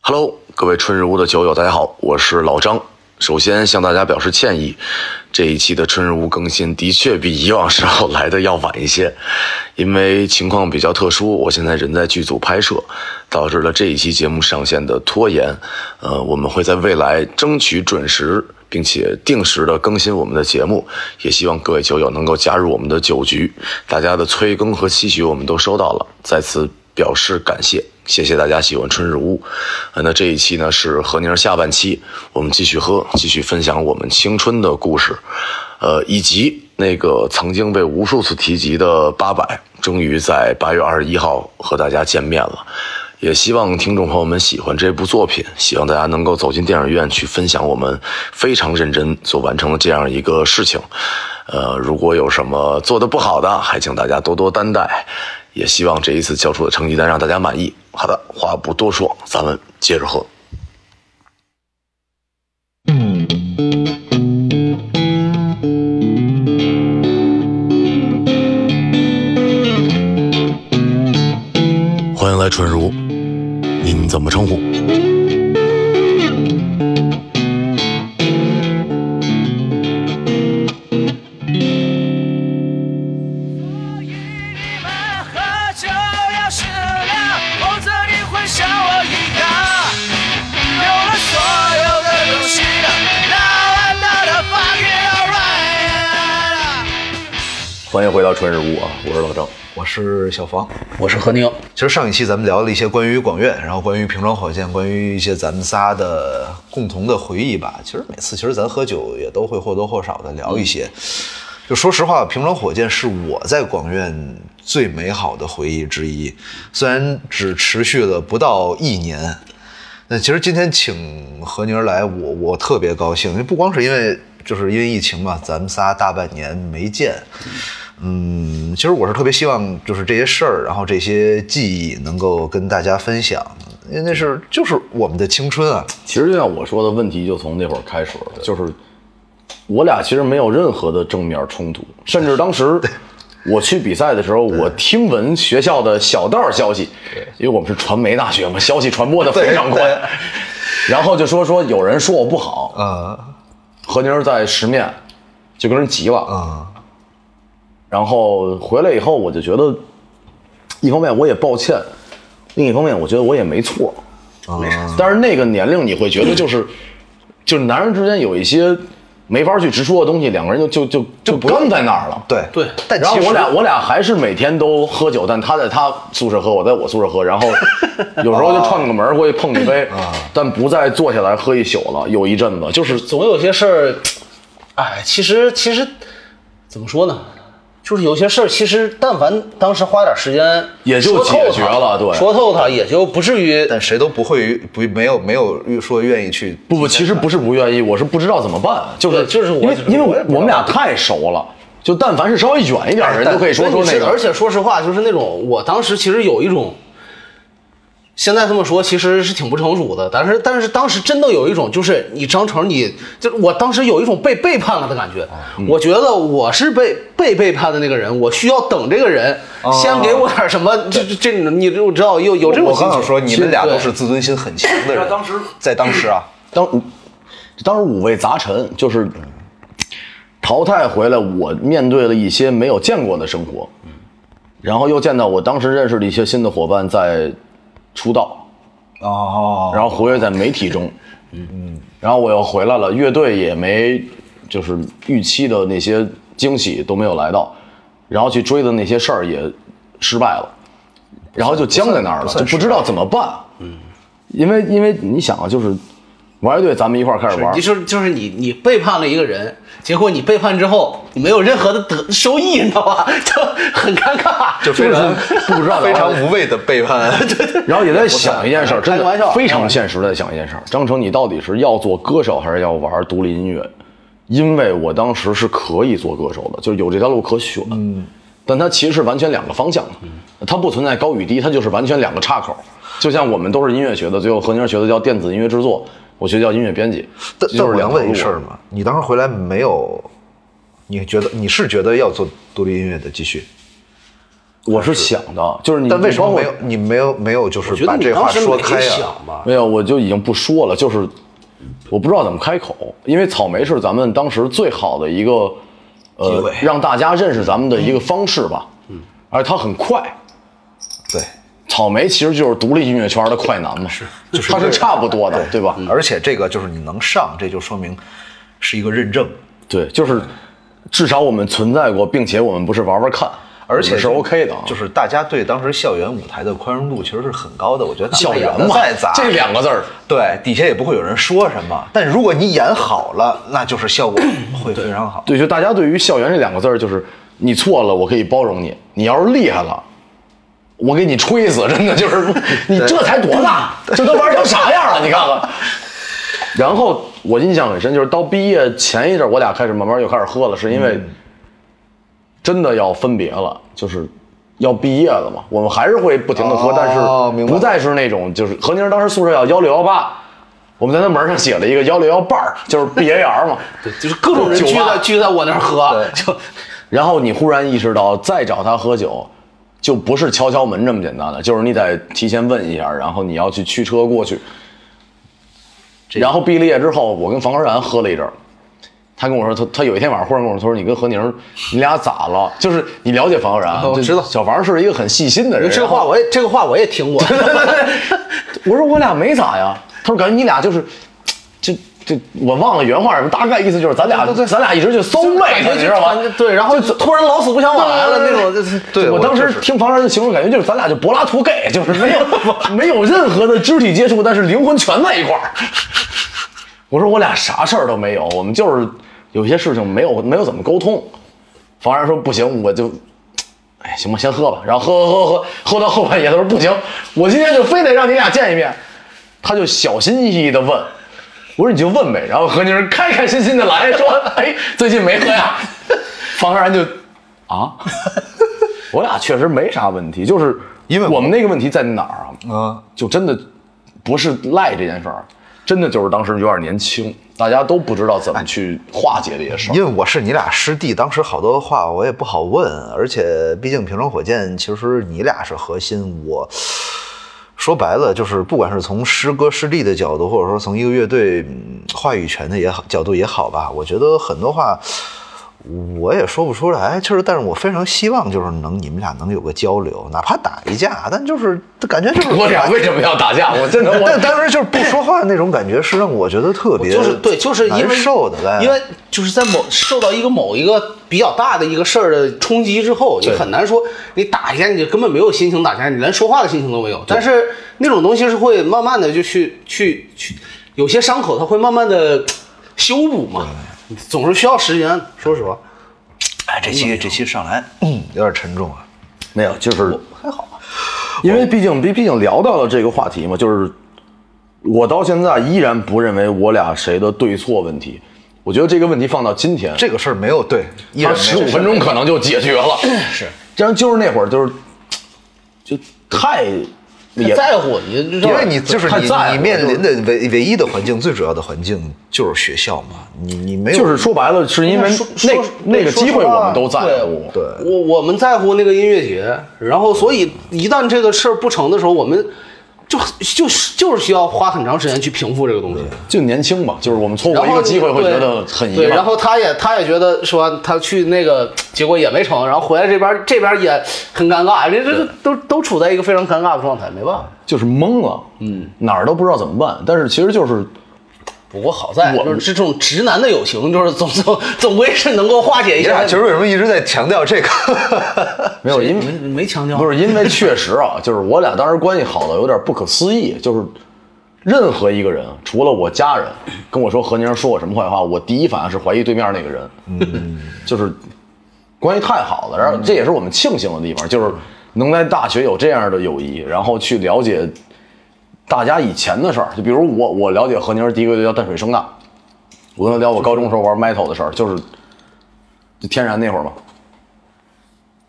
Hello，各位春日屋的酒友，大家好，我是老张。首先向大家表示歉意，这一期的春日屋更新的确比以往时候来的要晚一些，因为情况比较特殊，我现在人在剧组拍摄，导致了这一期节目上线的拖延。呃，我们会在未来争取准时，并且定时的更新我们的节目，也希望各位酒友能够加入我们的酒局。大家的催更和期许我们都收到了，在此表示感谢。谢谢大家喜欢春日屋，呃那这一期呢是何宁儿下半期，我们继续喝，继续分享我们青春的故事，呃，以及那个曾经被无数次提及的八百，终于在八月二十一号和大家见面了。也希望听众朋友们喜欢这部作品，希望大家能够走进电影院去分享我们非常认真所完成的这样一个事情。呃，如果有什么做的不好的，还请大家多多担待。也希望这一次交出的成绩单让大家满意。好的，话不多说，咱们接着喝。欢迎来春如，您怎么称呼？与你们喝酒要适量，否则你会像我一样，有了所有的东西，啦啦啦啦，fucking alright。欢迎回到春日屋啊，我是老张。我是小房。我是何宁，其实上一期咱们聊了一些关于广院，然后关于平装火箭，关于一些咱们仨的共同的回忆吧。其实每次其实咱喝酒也都会或多或少的聊一嗯些。就说实话，平装火箭是我在广院最美好的回忆之一，虽然只持续了不到一年。那其实今天请何宁儿来，我我特别高兴，因为不光是因为就是因为疫情嘛，咱们仨大半年没见。嗯，其实我是特别希望，就是这些事儿，然后这些记忆能够跟大家分享，因为那是就是我们的青春啊。其实就像我说的，问题就从那会儿开始了，就是我俩其实没有任何的正面冲突，甚至当时我去比赛的时候，我听闻学校的小道消息，因为我们是传媒大学嘛，消息传播的非常宽，然后就说说有人说我不好，啊何宁儿在十面就跟人急了，啊然后回来以后，我就觉得，一方面我也抱歉，另一方面我觉得我也没错。啊！但是那个年龄，你会觉得就是，就是男人之间有一些没法去直说的东西，两个人就就就就刚在那儿了。对对但然后其实我俩我俩还是每天都喝酒，但他在他宿舍喝，我在我宿舍喝， 然后有时候就啊串个门儿过去碰一杯，但不再坐下来喝一宿了。有一阵子就是总有些事儿，哎，其实其实怎么说呢，就是有些事儿，其实但凡当时花点时间，也就说透它解决了对说透它也就不至于但谁都不会不没有没有说愿意去不不，其实不是不愿意，我是不知道怎么办，就是对就是我因为因为我也不知道我们俩太熟了，就但凡是稍微远一 点的人但都可以说但说你那是个，而且说实话，就是那种我当时其实有一种，现在这么说其实是挺不成熟的，但是但是当时真的有一种，就是你张成你，就是我当时有一种被背叛了的感觉。啊嗯我觉得我是被被背叛的那个人，我需要等这个人、先给我点什么，这这这你就知道有有这种哦我心刚情。想说，你们俩对都是自尊心很强的人。当时在当时啊，当当时五味杂陈，就是淘汰回来，我面对了一些没有见过的生活，嗯然后又见到我当时认识的一些新的伙伴在出道，哦，然后活跃在媒体中，嗯，然后我又回来了，乐队也没就是预期的那些惊喜都没有来到，然后去追的那些事儿也失败了，然后就僵在那儿了，就不知道怎么办，嗯，因为因为你想啊，就是玩乐队咱们一块儿开始玩你，就是就是你，你背叛了一个人，结果你背叛之后，你没有任何的得收益，你知道吧？ 就很尴尬。就非常不知道非聊常什无谓的背叛。然后也在想一件事儿，真开个玩的笑非常现实的在想一件事儿：张成，你到底是要做歌手还是要玩独立音乐？因为我当时是可以做歌手的，就是有这条路可选。嗯，但它其实是完全两个方向嗯的，它不存在高与低，它就是完全两个岔口。就像我们都是音乐学的，最后何宁学的叫电子音乐制作，我学叫音乐编辑，但这但就我是想两问个一事儿嘛，你当时回来没有？你觉得你是觉得要做独立音乐的？继续我是想的，就是你，但为什么包括没有？你没有没有就是我觉得把你这话当时说没开啊呀、想吧，没有，我就已经不说了，就是我不知道怎么开口，因为草莓是咱们当时最好的一个机呃会让大家认识咱们的一个方式吧，嗯，而它很快。对，草莓其实就是独立音乐圈的快男嘛，是，就是嗯它这是个差不多的，对吧？而且这个就是你能上，这就说明是一个认证。对，就是至少我们存在过，并且我们不是玩玩看，而且我们是就 OK 的啊，就是大家对当时校园舞台的宽容度其实是很高的。我觉得哪怕校园演得嘛再砸，，这两个字儿，对底下也不会有人说什么。但如果你演好了，那就是效果会非常好。对，就大家对于校园这两个字儿，就是你错了，我可以包容你；你要是厉害了，我给你吹死，真的就是 你这才多大，这都玩成啥样了？你看看。然后我印象很深，就是到毕业前一阵儿，我俩开始慢慢又开始喝了，是因为嗯真的要分别了，就是要毕业了嘛。我们还是会不停的喝，哦但是明白不再是那种就是何宁当时宿舍叫幺六幺八，我们在他门上写了一个幺六幺伴儿，就是 B A R 嘛。对，就是各种人聚酒吧在聚在我那儿喝，对就然后你忽然意识到，再找他喝酒，就不是敲敲门这么简单了，就是你得提前问一下，然后你要去驱车过去。然后毕了业之后，我跟房科然喝了一阵儿，他跟我说，他他有一天晚上忽然跟我说，他说你跟何宁，你俩咋了？就是你了解房科然，我就哦知道小房是一个很细心的人。啊这然后话我也这个话我也听过， 我说我俩没咋呀，他说感觉你俩就是，就就我忘了原话什么，大概意思就是咱俩咱俩一直就骚妹，感觉你就知道吗？对，然后就突然老死不相往来了那种，就是对我我当就时是听房山就形容，感觉就是咱俩就柏拉图 gay，就是 没有没有任何的肢体接触，但是灵魂全在一块儿。我说我俩啥事儿都没有，我们就是有些事情没有没有怎么沟通。房山说不行，我就，哎，行吧，先喝吧。然后喝喝喝喝喝到后半夜，他说不行，我今天就非得让你俩见一面。他就小心翼翼地问，我说你就问呗。然后何宁开开心心的来说，哎，最近没喝呀？房山就啊， 我俩确实没啥问题，就是因为我我们那个问题在哪儿啊？嗯，就真的不是赖这件事儿，真的就是当时有点年轻，大家都不知道怎么去化解这些事儿。哎因为我是你俩师弟，当时好多话我也不好问，而且毕竟平城火箭其实你俩是核心，我说白了就是不管是从师哥师弟的角度，或者说从一个乐队、嗯话语权的也好角度也好吧，我觉得很多话。我也说不出来，就是，但是我非常希望就是能你们俩能有个交流，哪怕打一架，但就是感觉就是我俩为什么要打架？我真的我 但当时就是不说话那种感觉，是让我觉得特别就是对，就是因为难受的嘞，因为就是在某受到一个某一个比较大的一个事儿的冲击之后，你很难说你打一架，你就根本没有心情打架，你连说话的心情都没有。但是那种东西是会慢慢的就去去去，有些伤口它会慢慢的修补嘛，总是需要时间。说实话，哎，这期这期上来，嗯，有点沉重啊。没有，就是还好，因为毕竟毕毕竟聊到了这个话题嘛，就是我到现在依然不认为我俩谁的对错问题，我觉得这个问题放到今天，这个事儿没有对，一他人十五分钟可能就解决 了，是，这样就是那会儿就是就太也在乎你，因为你就是太你在乎你面临的唯唯一的环境，最主要的环境就是学校嘛，你你没有就是说白了，是因为说那说那个说机会实话我们都在对乎，对我我们在乎那个音乐节，然后所以一旦这个事儿不成的时候，我们就就是就是需要花很长时间去平复这个东西。就年轻吧，就是我们错然过一后个机会会对觉得很遗对，憾，然后他也他也觉得说他去那个结果也没成，然后回来这边这边也很尴尬，这这这都都处在一个非常尴尬的状态，没办法。就是懵了，嗯，哪儿都不知道怎么办，但是其实就是不过好在我就是这种直男的友情，就是总总总归是能够化解一你下啊俩。其实为什么一直在强调这个？ 没有因为没没强调，不是因为确实啊，就是我俩当时关系好的有点不可思议，就是任何一个人，除了我家人跟我说何宁说我什么坏话，我第一反应是怀疑对面那个人，嗯， 就是关系太好了，然后这也是我们庆幸的地方，就是能在大学有这样的友谊，然后去了解大家以前的事儿，就比如我我了解何宁第一个就叫淡水声大，我跟他聊我高中时候玩 metal 的事儿，就是就天然那会儿嘛，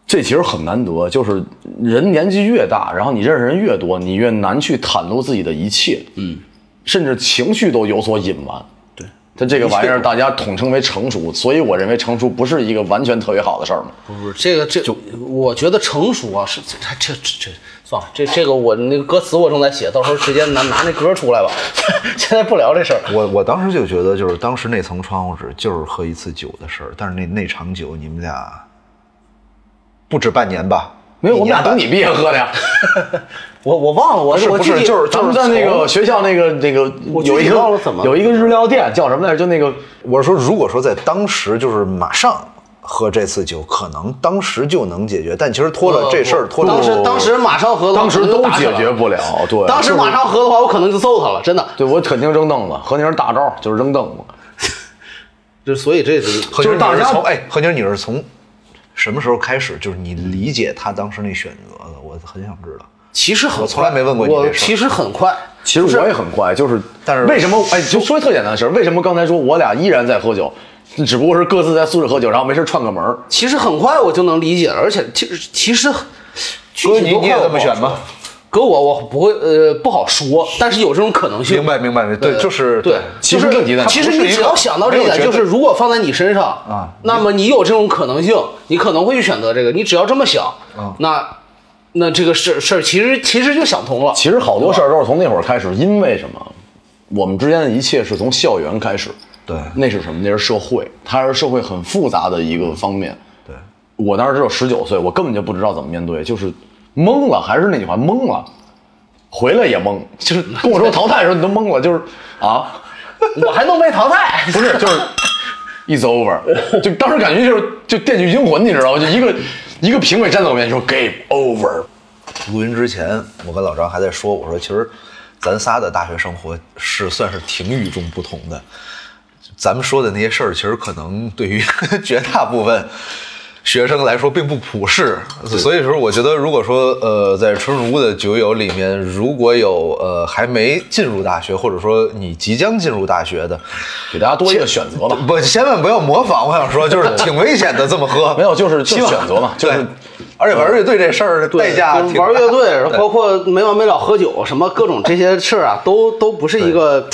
这其实很难得，就是人年纪越大，然后你认识人越多，你越难去袒露自己的一切，嗯，甚至情绪都有所隐瞒。对，它这个玩意儿大家统称为成熟，所以我认为成熟不是一个完全特别好的事儿嘛。不是这个这，我觉得成熟啊是这这这这算了，这这个我那个歌词我正在写，到时候直接拿拿那歌出来吧。 现在不聊这事儿，我我当时就觉得，就是当时那层窗户纸就是喝一次酒的事儿，但是那那场酒你们俩不止半年吧？没有，我们俩一年半等你毕业喝的呀。我我忘了，我是 我不具是体就是咱们在那个学校那个那个我有一具体个忘了怎么有一个日料店叫什么来着？就那个我是说，如果说在当时就是马上喝这次酒，可能当时就能解决，但其实拖了这事儿，拖了呃当时当时马上喝的话，当时可能就都打起来解决不了，对，当时马上喝的啊话，我可能就揍他了，真的。对我肯定扔凳子，和那人大招就是扔凳子。就所以这是何宁，就是大你是家从哎，何宁，你是从什么时候开始，就是你理解他当时那选择的？我很想知道。其实很快我从来没问过你我这事儿其实很快，其实我也很快，就是，但是为什么？哎，就说一特简单的事儿，为什么刚才说我俩依然在喝酒，只不过是各自在宿舍喝酒，然后没事串个门儿其实很快我就能理解了，而且其实其实具哥，体你多你也快我这不么好选说吗？？搁我我不会呃不好说，但是有这种可能性。明白明白，对，就是对，其实就是问题在哪其实它不是你一个只要想到这一没有点，绝就对是如果放在你身上啊，那么你有这种可能性，你可能会去选择这个。你只要这么想，啊那那这个事事儿其实其实就想通了。其实好多事儿都是从那会儿开始，因为什么？我们之间的一切是从校园开始。对那是什么？那是社会，它是社会很复杂的一个方面。对，我当时只有十九岁，我根本就不知道怎么面对，就是懵了，还是那句话，懵了，回来也懵，就是跟我说淘汰的时候你都懵了，就是啊，我还能被淘汰？ 不是，就是 it's over，就当时感觉就是就《电锯惊魂》，你知道吗？就一个一个评委站在我面前说 game over，录音之前，我跟老张还在说，我说其实咱仨的大学生活是算是挺与众不同的。咱们说的那些事儿，其实可能对于 绝大部分学生来说并不普世。所以说，我觉得如果说呃，在春如的酒友里面，如果有呃还没进入大学，或者说你即将进入大学的，给大家多一个选择吧。不，千万不要模仿。我想 说，就是挺危险的，这么喝。没有，就是就希望选择嘛，就是对而且玩乐队这事儿代价就是挺玩大乐队，然后包括没完没了喝酒，什么各种这些事儿啊，都都不是一个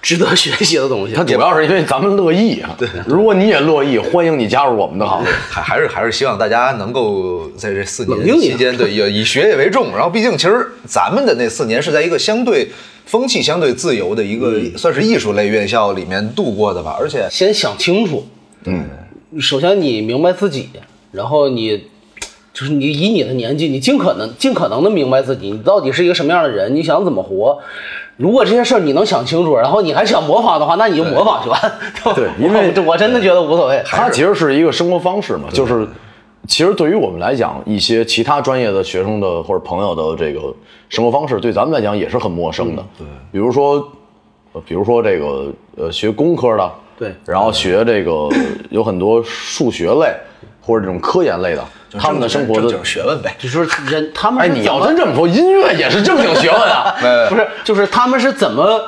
值得学习的东西它。主要是因为咱们乐意啊。对，如果你也乐意，欢迎你加入我们的行列。还还是还是希望大家能够在这四冷静年一期下间，对，以以学业为重。然后，毕竟其实咱们的那四年是在一个相对风气相对自由的一个、嗯算是艺术类院校里面度过的吧。而且，先想清楚，嗯，首先你明白自己，然后你就是你以你的年纪，你尽可能尽可能的明白自己，你到底是一个什么样的人，你想怎么活。如果这些事儿你能想清楚，然后你还想模仿的话，那你就模仿去吧。对因为 我我真的觉得无所谓。它其实是一个生活方式嘛，就是其实对于我们来讲，一些其他专业的学生的或者朋友的这个生活方式，对咱们来讲也是很陌生的。对，比如说，呃比如说这个呃学工科的，对然后学这个有很多数学类或者这种科研类的，他们的生活正的经。学问呗。就是人他们哎，是你怎要么真这么说，音乐也是正经学问啊。不是，就是他们是怎么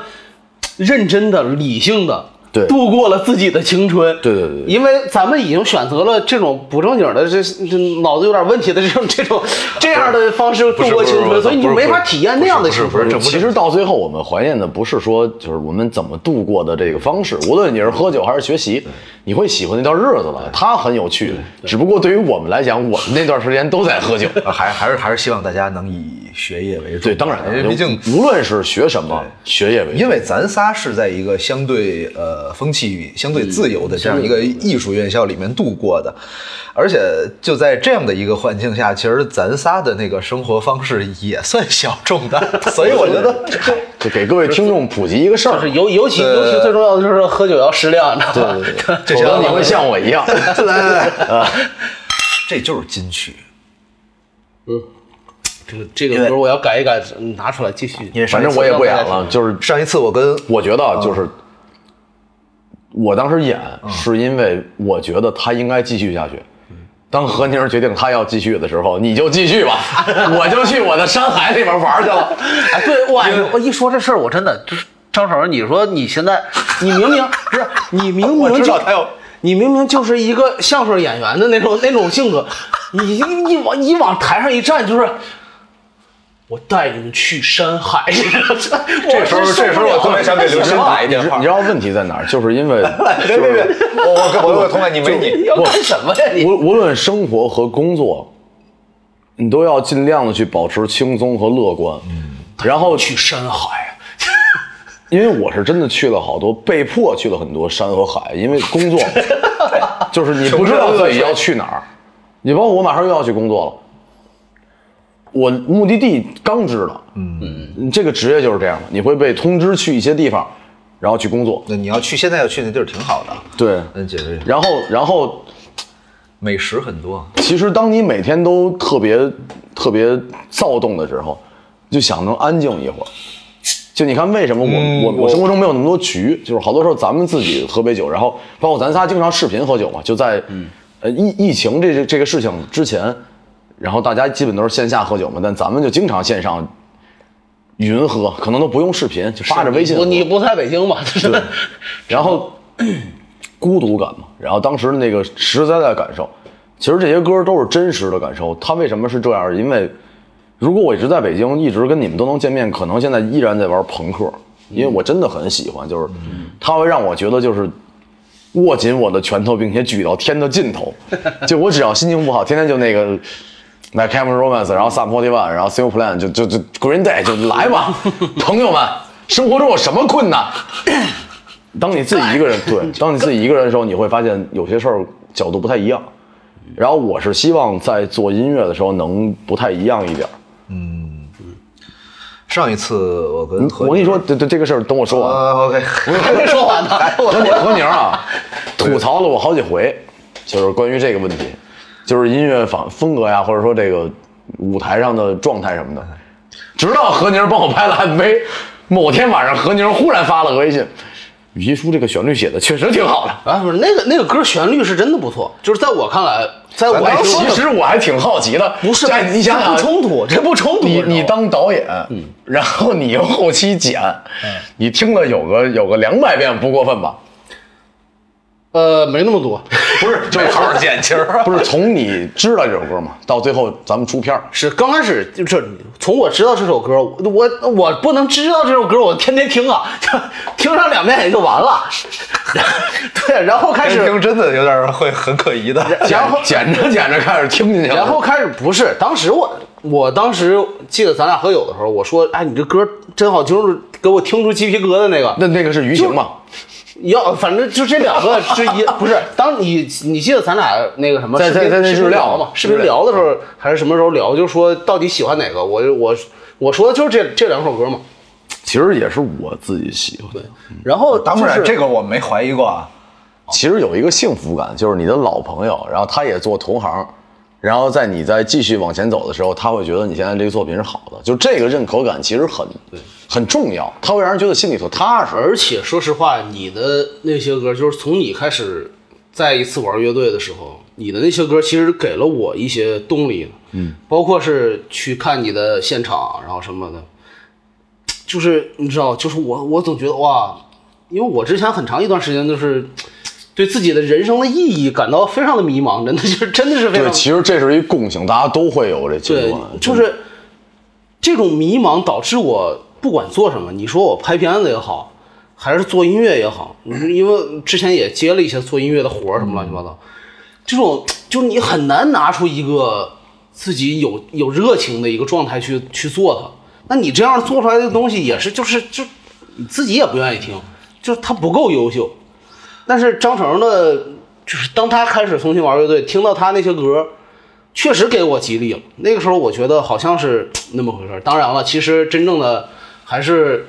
认真的、理性的。对度过了自己的青春。对对对对因为咱们已经选择了这种不正经的、这这脑子有点问题的这种、这种这样的方式度过青春，所以你就没法体验那样的青不是春。这不其实到最后，我们怀念的不是说就是我们怎么度过的这个方式，无论你是喝酒还是学习，你会喜欢那段日子了，它很有趣。只不过对于我们来讲，我们那段时间都在喝酒。啊还还是还是希望大家能以学业为重。对，当然了，因为毕竟无论是学什么，学业为因重。为咱仨是在一个相对呃风气相对自由的这样一个艺术院校里面度过的，而且就在这样的一个环境下，其实咱仨的那个生活方式也算小众 的，所以我觉得就给各位听众普及一个事儿就是， 尤尤其呃尤其最重要的就是喝酒要适量，你知道吧？否则你会像我一 样。来来来，这就是金曲，这个这个歌我要改一改，拿出来继续。因为反上一正次我也不演了，就是上一次我 跟我觉得啊就是，我当时演嗯是因为我觉得他应该继续下去。当何宁决定他要继续的时候，你就继续 吧，我就去我的山海里边玩去了。哎，对，我我一说这事儿，我真的就是张成，你说你现在，你明明不是，你明明我就知道他要你明明就是一个相声演员的那种那种性格，你一一往一往台上一站就是。我带你们去山海。 这这时候，这时候我特别想给刘鑫打一电话你知。道问题在哪儿？就是 因为别别别，我我我我同感你没你，要干什么呀你？无无论生活和工作，你都要尽量的去保持轻松和乐观。嗯然后去，去山啊海，因为我是真的去了好多，被迫去了很多山和海，因为工作嘛， 就是你不知道自己要去哪儿。你包括我马上又要去工作了，我目的地刚知道，嗯，这个职业就是这样的，你会被通知去一些地方，然后去工作。那你要去现在要去那地儿挺好的，对，嗯，姐姐然后然后美食很多，其实当你每天都特别特别躁动的时候，就想能安静一会儿。就你看，为什么我、我我生活中没有那么多局？就是好多时候咱们自己喝杯酒，然后包括咱仨经常视频喝酒嘛，就在、呃疫疫情这这这个事情之前，然后大家基本都是线下喝酒嘛，但咱们就经常线上云喝，可能都不用视频，就发着微信喝。不，你不在北京吗？就是然后 孤独感嘛，然后当时那个实实在在的感受，其实这些歌都是真实的感受。它为什么是这样？因为如果我一直在北京，一直跟你们都能见面，可能现在依然在玩朋克，因为我真的很喜欢，就是它会让我觉得就是。握紧我的拳头，并且举到天的尽头。就我只要心情不好，天天就那个，那 Cameron Romance，然后 Sum 41，然后 Simple Plan，就就就 Green Day，就来吧， 朋友们，生活中有什么困难？当你自己一个人，对，当你自己一个人的时候，你会发现有些事儿角度不太一样。然后我是希望在做音乐的时候能不太一样一点儿。上一次嗯我跟何我跟你说，这这这个事儿，等我说完。哎啊，OK，还没说完呢。何宁何宁 啊，吐槽了我好几回，就是关于这个问题，就是音乐风风格呀，或者说这个舞台上的状态什么的。直到何宁帮我拍了 MV，某天晚上何宁忽然发了个微信，语音叔这个旋律写的确实挺好的。啊，不是那个那个歌旋律是真的不错，就是在我看来，在我哎，说其的实我还挺好奇的，不是但你想想，这不冲突这不冲突你知道吗你当导演，然后你又后期剪，你听了有个有个两百遍不过分 吧？呃没那么多，不是没好好剪其实不是从你知道这首歌嘛，到最后咱们出 片儿是刚开始就是从我知道这首歌，我我不能知道这首歌，我天天听啊， 听上两遍也就完了。 对，然后开听始，真的有点会很可疑的。然后剪着剪着开始听进去了，然后开始不是，当时我我当时记得咱俩喝酒的时候，我说，哎，你这歌真好听，就是给我听出鸡皮疙瘩那个。那那个是舆情嘛？要反正就这两个之一，不是？当你你记得咱俩那个什么在在视频在那视日频料聊嘛，视频聊的时嗯候还是什么时候聊，就说到底喜欢哪个？我我我说的就是这这两首歌嘛。其实也是我自己喜欢。然后当然，这个个我没怀疑过啊。其实有一个幸福感，就是你的老朋友，然后他也做同行，然后在你再继续往前走的时候，他会觉得你现在这个作品是好的，就这个认可感其实很很重要，他会让人觉得心里头踏实。而且说实话，你的那些歌就是从你开始再一次玩乐队的时候，你的那些歌其实给了我一些动力，嗯，包括是去看你的现场，然后什么的，就是你知道，就是我我总觉得哇，因为我之前很长一段时间就是。对自己的人生的意义感到非常的迷茫，真的就是真的是非常对，其实这是一共性，大家都会有这啊情对况，，就是这种迷茫导致我不管做什么，你说我拍片子也好，还是做音乐也好，你说因为之前也接了一些做音乐的活儿什么乱七八糟，这种就是你很难拿出一个自己有有热情的一个状态去去做它。那你这样做出来的东西也是，就是就你自己也不愿意听，就是它不够优秀。但是张成的，就是当他开始重新玩乐队，听到他那些歌，确实给我激励了。那个时候我觉得好像是那么回事儿。当然了，其实真正的还是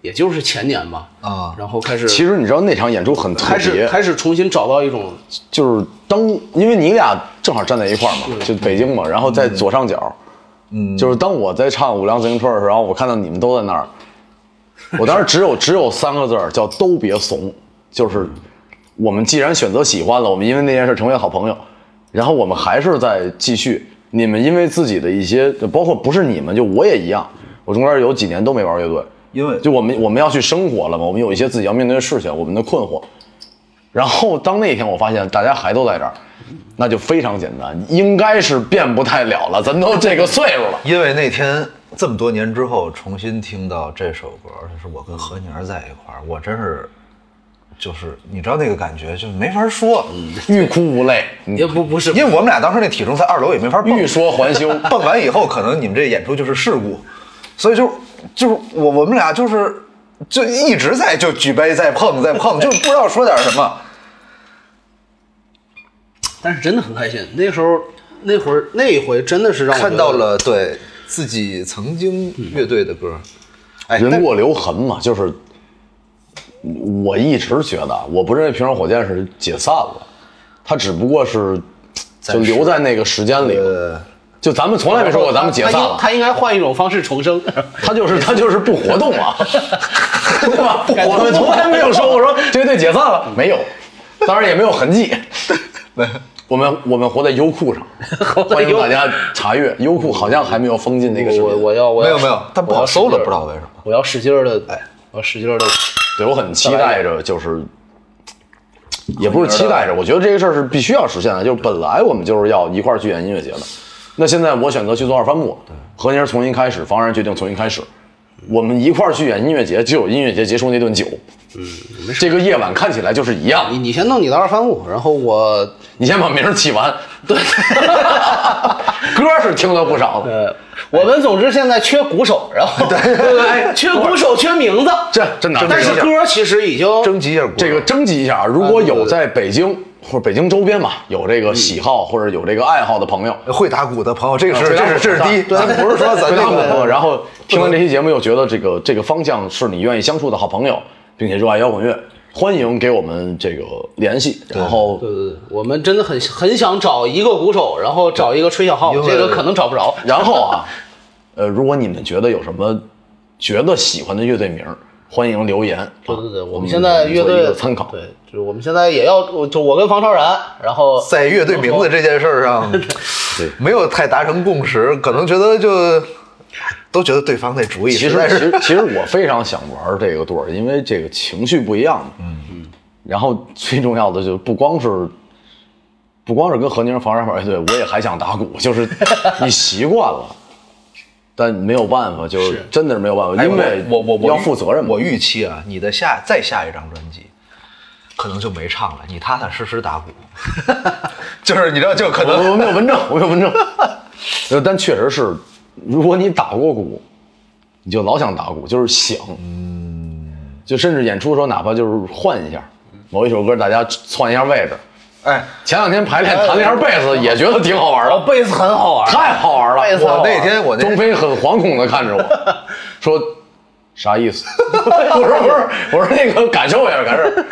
也就是前年吧，啊然后开始其实你知道那场演出很特开始别，开始重新找到一种就是当因为你俩正好站在一块儿嘛，就北京嘛，然后在左上角，嗯，就是当我在唱《五辆自行车》的时候，然后我看到你们都在那儿，我当时只有只有三个字儿叫都别怂，就是我们既然选择喜欢了，我们因为那件事成为好朋友，然后我们还是在继续。你们因为自己的一些，就包括不是你们，就我也一样，我中间有几年都没玩乐队，因为就我们我们要去生活了嘛，我们有一些自己要面对的事情，我们的困惑。然后当那一天我发现大家还都在这儿，那就非常简单，应该是变不太了了，咱都这个岁数了。因为那天这么多年之后重新听到这首歌，而且是我跟何宁儿在一块儿，我真是。就是你知道那个感觉，就是没法说，欲哭无泪，也不不是，因为我们俩当时那体重在二楼也没法蹦，嗯欲说还休。蹦完以后，可能你们这演出就是事故，所以就就是我我们俩就是就一直在就举杯在碰在碰，就是不知道说点什么。但是真的很开心。那时候那会儿那一回真的是让我嗯看觉到得了对自己曾经乐队的歌，哎，人但过留痕嘛，就是我一直觉得，我不认为平壤火箭是解散了，它只不过是就暂时留在那个时间里了。呃，就咱们从来没说过咱们解散他应了，他应该换一种方式重生。他就是他就是不活动了，对吧？不活动，从来没有说我说这个队解散了，没有，当然也没有痕 迹。我们我们活在优酷上，欢迎大家查阅优酷，好像还没有封禁那个视我频。我要我没要有没有，但不我好要搜了，使劲不儿知道为什么。我要使劲儿的，哎，我要使劲儿的，对我很期待着，就是也不是期待着，我觉得这个事儿是必须要实现的。就是本来我们就是要一块儿去演音乐节的，那现在我选择去做二番木，和宁儿重新开始，房然决定重新开始，我们一块儿去演音乐节，只有音乐节结束那顿酒。嗯，这个夜晚看起来就是一样你。你先弄你的二番五，然后我你先把名儿起完， 对，歌儿是听了不少，呃，我们总之现在缺鼓手，然后对对对， 缺鼓手缺名字，这真的。但是歌儿其实已经征集一下鼓这个征集一下，如果有在北京或者北京周边嘛，有这个喜好或者有这个爱好的朋友，会打鼓的朋啊友，这个是回答我这是这是回答第一，咱不是说咱回这答我朋友，个然后听完这期节目又觉得这个这个方向是你愿意相处的好朋友，并且热爱摇滚乐，欢迎给我们这个联系，然后对对对，我们真的很很想找一个鼓手，然后找一个吹小号因，为这个可能找不着。然后啊，呃，如果你们觉得有什么觉得喜欢的乐队名儿，欢迎留言。对对对，啊我们现在乐做一个队参考，对，就是我们现在也要，就我跟房超然，然后在乐队名字这件事儿上，没有太达成共识，可能觉得就都觉得对方那主意其实实在其是实其实我非常想玩这个对儿，因为这个情绪不一样嘛。嗯嗯。然后最重要的就不光是不光是跟何宁、房山玩乐队，我也还想打鼓，就是 你习惯了。但没有办法，就是真的是没有办法，哎因为我我我要负责任嘛。我预期啊，你的下再下一张专辑，可能就没唱了，你踏踏实实打鼓， 就是你知道，就可能我我没有文证，我没有文证。呃 但确实是，如果你打过鼓，你就老想打鼓，就是想，嗯，就甚至演出的时候，哪怕就是换一下某一首歌，大家窜一下位置。哎，前两天排练弹了一下贝斯，也觉得挺好玩然的后，贝斯很好玩， 太好玩贝斯了。很好我玩那天我那钟飞很惶恐地看着我， 说啥意思？ 我说不是，我说那个感受一下，感受。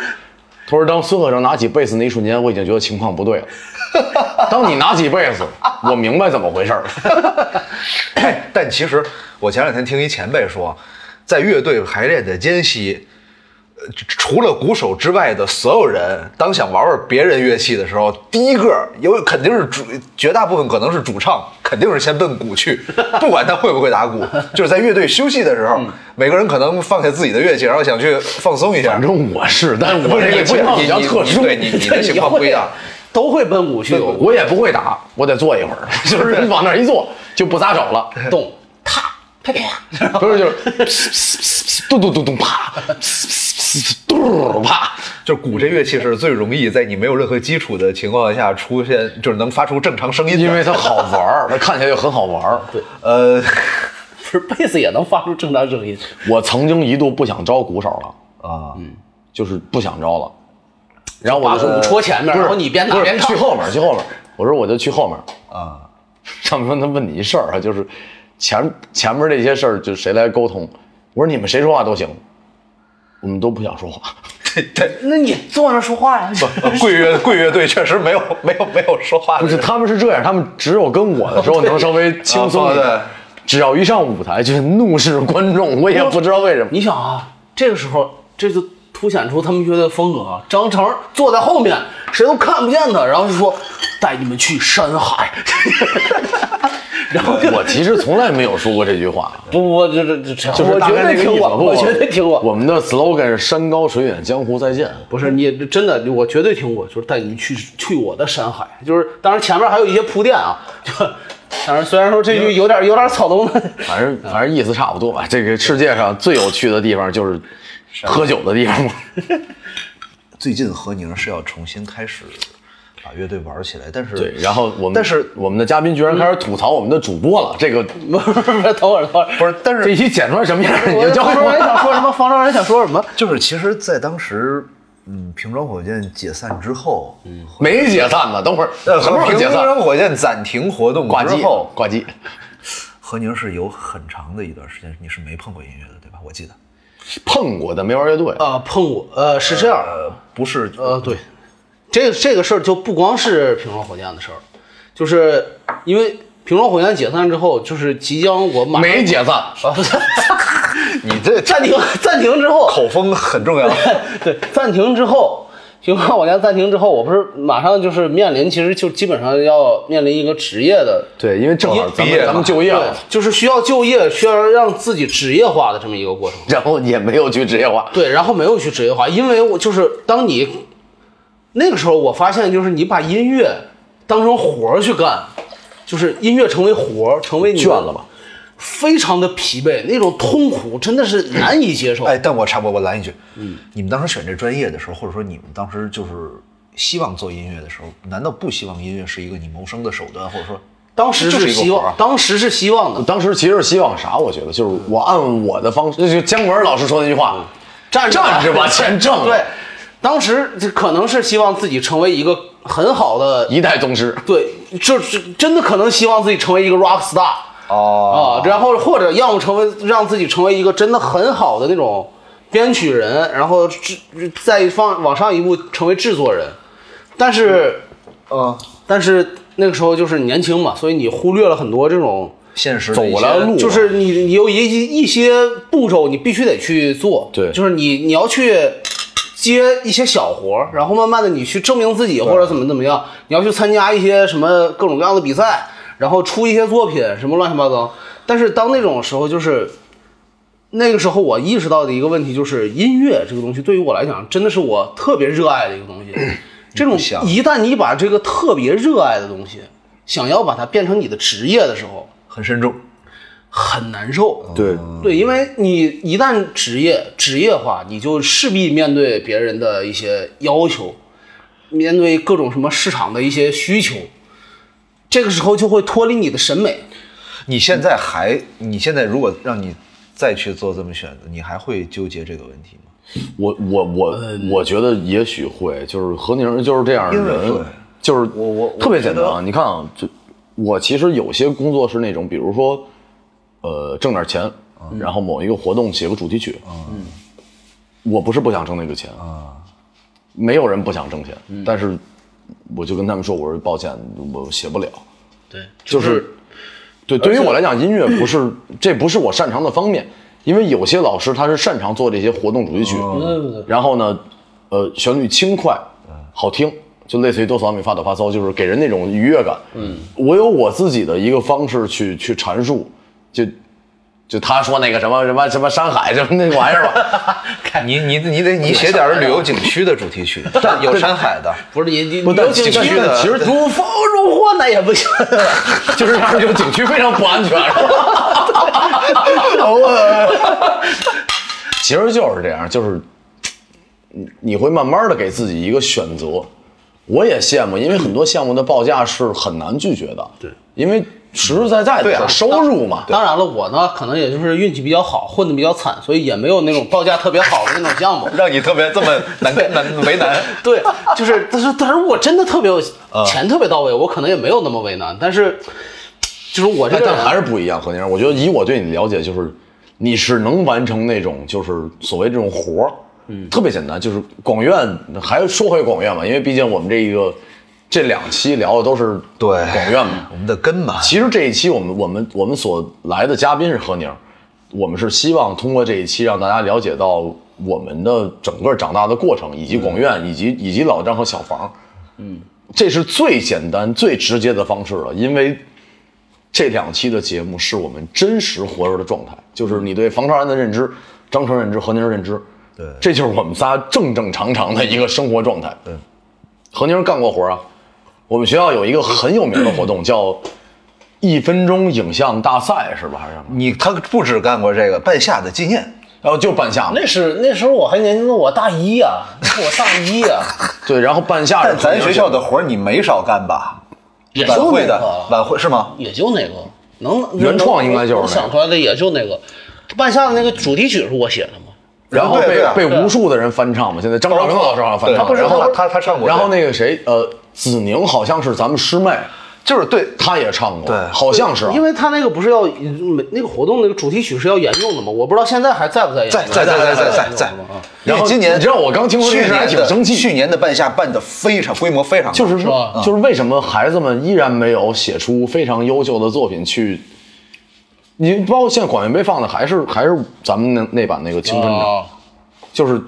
他说：“当孙鹤成拿起贝斯那一瞬间，我已经觉得情况不对了。当你拿起贝斯，我明白怎么回事儿了。哎 但其实我前两天听一前辈说，在乐队排练的间隙。呃除了鼓手之外的所有人，当想玩玩别人乐器的时候，第一个有肯定是主，绝大部分可能是主唱，肯定是先奔鼓去，不管他会不会打鼓，就是在乐队休息的时候，嗯每个人可能放下自己的乐器，然后想去放松一下。反正我是，但是我不是这个你不情况比较你特殊，对 你你的情况不一样。都会奔舞去，我我也不会打，我得坐一会儿， 就是往那儿一坐就不撒手了，动，啪啪啪，不是就是，嘟嘟嘟嘟啪，嘟啪，就是鼓这乐器是最容易在你没有任何基础的情况下出现，就是能发出正常声音的。因为它好玩儿， 它看起来就很好玩儿。对，呃，不是贝斯也能发出正常声音。我曾经一度不想招鼓手了，啊， 就是不想招了，然后我就把说鼓戳前面不是然后你边打不是边唱去后面，去后面。我说我就去后面啊。 上面他问你一事儿啊，就是前前面这些事儿，就谁来沟通？我说你们谁说话都行，我们都不想说话。 那你坐那说话 呀？贵 乐贵乐队确实没有没有没有说话的不是，人，他们是这样，他们只有跟我的时 候能稍微轻松一啊对点，只要一上舞台就怒视观众，我也不知道为什么。你想啊，这个时候这就凸显出他们乐队风格啊。张成坐在后面，谁都看不见他，然后就说带你们去山海，然后就我其实从来没有说过这句话， 不不不，这这这，就是我大绝概那对个意听思。过，不啊我绝对听过。我们的 slogan 是“山高水远，江湖再见啊不是你真的，我绝对听过，就是带你去去我的山海，就是当然前面还有一些铺垫啊，就当然，虽然说这句有点有点草东的，反正反正意思差不多吧。这个世界上最有趣的地方就是喝酒的地方嘛。最近何宁是要重新开始把乐队玩起来，但是对，然后我们但是嗯我们的嘉宾居然开始吐槽我们的主播了，这个不是不是，等会儿等会儿， 不是，但这是一期剪出来什么样你我就交方给舟我人。 想说什么？方舟人想说什么？就是其实，在当时，嗯，平装火箭解散之后，嗯，没解散呢，等会儿什么时候呃平解散？装火箭暂停活动挂之机后，，挂机。何宁是有很长的一段时间你是没碰过音乐的，对吧？我记得，碰过的没玩乐队，啊，碰我，呃，是这样的，不是，呃，对，这个这个事儿就不光是平装火箭的事儿，就是因为平装火箭解散之后，就是即将我马上没解散。啊，不是 你这 暂停暂停之后， 口风很重要。对，暂停之后，平衡往前暂停之后，我不是马上就是面临，其实就基本上要面临一个职业的，对，因为正好哦咱毕业们了咱们就业了，就是需要就业，需要让自己职业化的这么一个过程。然后也没有去职业化。对，然后没有去职业化，因为我就是当你那个时候，我发现就是你把音乐当成活儿去干，就是音乐成为活儿，成为你的倦了吧？非常的疲惫，那种痛苦真的是难以接受。哎，但我插播，我拦一句，嗯，你们当时选这专业的时候，或者说你们当时就是希望做音乐的时候，难道不希望音乐是一个你谋生的手段，或者说当时这是一个希活儿啊望，当时是希 望的，当时其实是希望啥？我觉得就是我按我的方式，就姜文老师说那句嗯话，站着站 着把钱挣了 对，当时这可能是希望自己成为一个很好的，一代宗师。对，就是真的可能希望自己成为一个 rock star 哦啊，然后或者要么成为让自己成为一个真的很好的那种编曲人，然后制再放往上一步成为制作人，但是嗯，但是那个时候就是年轻嘛，所以你忽略了很多这种。现实走过了路就是你你有一一些步骤，你必须得去做。对就是你你要去接一些小活儿，然后慢慢的你去证明自己或者怎么怎么样，你要去参加一些什么各种各样的比赛，然后出一些作品什么乱七八糟。但是当那种时候，就是那个时候我意识到的一个问题，就是音乐这个东西对于我来讲，真的是我特别热爱的一个东西。这种想一旦你把这个特别热爱的东西，想要把它变成你的职业的时候，很慎重。很难受。对，对，因为你一旦职业职业化，你就势必面对别人的一些要求，面对各种什么市场的一些需求，这个时候就会脱离你的审美。你现在还，你现在如果让你再去做这么选择，你还会纠结这个问题吗？我我我嗯我觉得也许会，就是何宁就是这样的因为人会，就是我我我特别简单觉啊。你看啊，就我其实有些工作是那种，比如说，呃，挣点钱，嗯然后某一个活动写个主题曲，嗯，我不是不想挣那个钱啊，没有人不想挣钱，嗯但是我就跟他们说，我说抱歉，我写不了，对，就是，对，对于我来讲，音乐不是这不是我擅长的方面，因为有些老师他是擅长做这些活动主题曲，然后呢，呃，旋律轻快，好听，就类似于哆嗦咪发哆发骚，就是给人那种愉悦感。嗯，我有我自己的一个方式去去阐述，就就他说那个什么什么什么山海什么那玩意儿吧，你你你得你写点儿旅游景区的主题曲，有山海的，不是你你不但尤其景区的其 实如风如火那也不行。就是让这个景区非常不 安全。 其实就是这样，就是你你会慢慢的给自己一个选择。我也羡慕，因为很多项目的报价是很难拒绝的。对，因为实实在在的对事啊儿收入嘛。当然了，我呢可能也就是运气比较好，混的比较惨，所以也没有那种报价特别好的那种项 目。让你特别这么难难为难。对，就是，但是但是我真的特别有钱特别到位，我可能也没有那么为难，但是就是我这但个但人还是不一样，何宁。我觉得以我对你的了解，就是你是能完成那种就是所谓这种活儿，嗯，特别简单。就是广院，还是说回广院吧，因为毕竟我们这一个这两期聊的都是对广院嘛。我们的根嘛，其实这一期我们我们我们所来的嘉宾是何宁，我们是希望通过这一期让大家了解到我们的整个长大的过程，以及广嗯院，以及以及老张和小房，嗯，这是最简单最直接的方式了，因为这两期的节目是我们真实活着的状态，就是你对房超安的认知、张成认知、何宁认知，对这就是我们仨正正常常的一个生活状态。对， 何宁干过活啊，我们学校有一个很有名的活动叫一分钟影像大赛是吧？还是什么？你他不止干过这个半夏的纪念，然后就半夏嘛，那时那时候我还年轻，我大一呀、我大一呀、对，然后半夏是但咱很学明校显的活儿你没少干吧？也晚就那会个的啊晚会是吗？也就那个能原创应该就是那个能想出来的，也就那个。半夏的那个主题曲是我写的嘛？然后对对被啊被对啊无数的人翻唱嘛。现在张兆包英括老师好像翻啊对唱，他不是然后他他他唱过然后对那个谁，呃，子宁好像是咱们师妹，就是对，她也唱过，对好像是啊。因为他那个不是要每那个活动那个主题曲是要沿用的嘛？我不知道现在还在不在沿用在在在在在在在沿用了啊，因然为后今年你知道我刚听说这去事儿还年挺的生气去年的半夏办的非常规模非常大，就是是吧就是为什么孩子们依然没有写出非常优秀的作品去？你包括现在广元杯放的还是还是咱们那那版那个青春奖，啊就是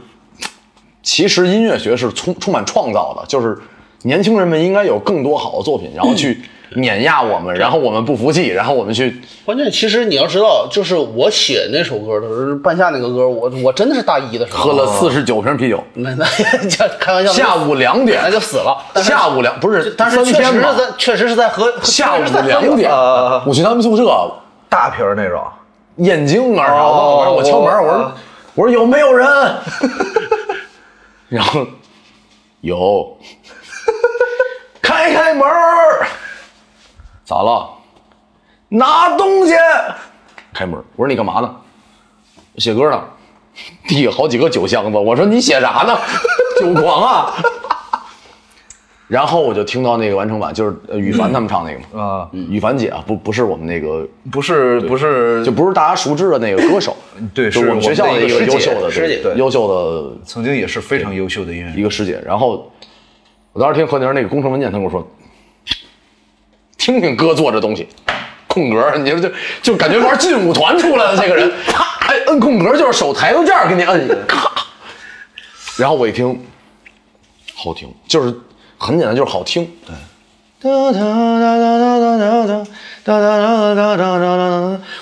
其实音乐学是充充满创造的，就是年轻人们应该有更多好的作品，然后去嗯碾压我们，然后我们不服气，然后我们去关键其实你要知道，就是我写那首歌的时候，半夏那个歌，我我真的是大一的时候喝了，四十九瓶啤酒，那那这开玩笑，下午两点那就死了。但是下午两不是但是三确实天是吧在，确实是在喝，下午确实是在喝酒啊两点，呃我去他们宿舍大瓶儿那种，眼睛哪儿啊？哦我我敲门，我说啊我说有没 有人？然后有，开开门儿，咋了？拿东西，开门。我说你干嘛呢？我写歌呢。递好几个酒箱子，我说你写啥 呢？酒狂啊！然后我就听到那个完成版，就是呃羽凡他们唱那个嘛。啊，羽凡姐啊，不不是我们那个不是不是，就不是大家熟知的那个歌手对就是我们学校我们的的一一个个师姐优秀的师姐对优秀曾经也是非常优秀的音乐的一人，个师姐。然后我当时听何宁那个工程文件，他跟我说，听听哥做这东西，空格，你说就就感觉玩劲舞团出来了，这个人，咔，哎，摁空格就是手抬到这儿给你摁一个，咔。然后我一听，好听，就是很简单，就是好听。对。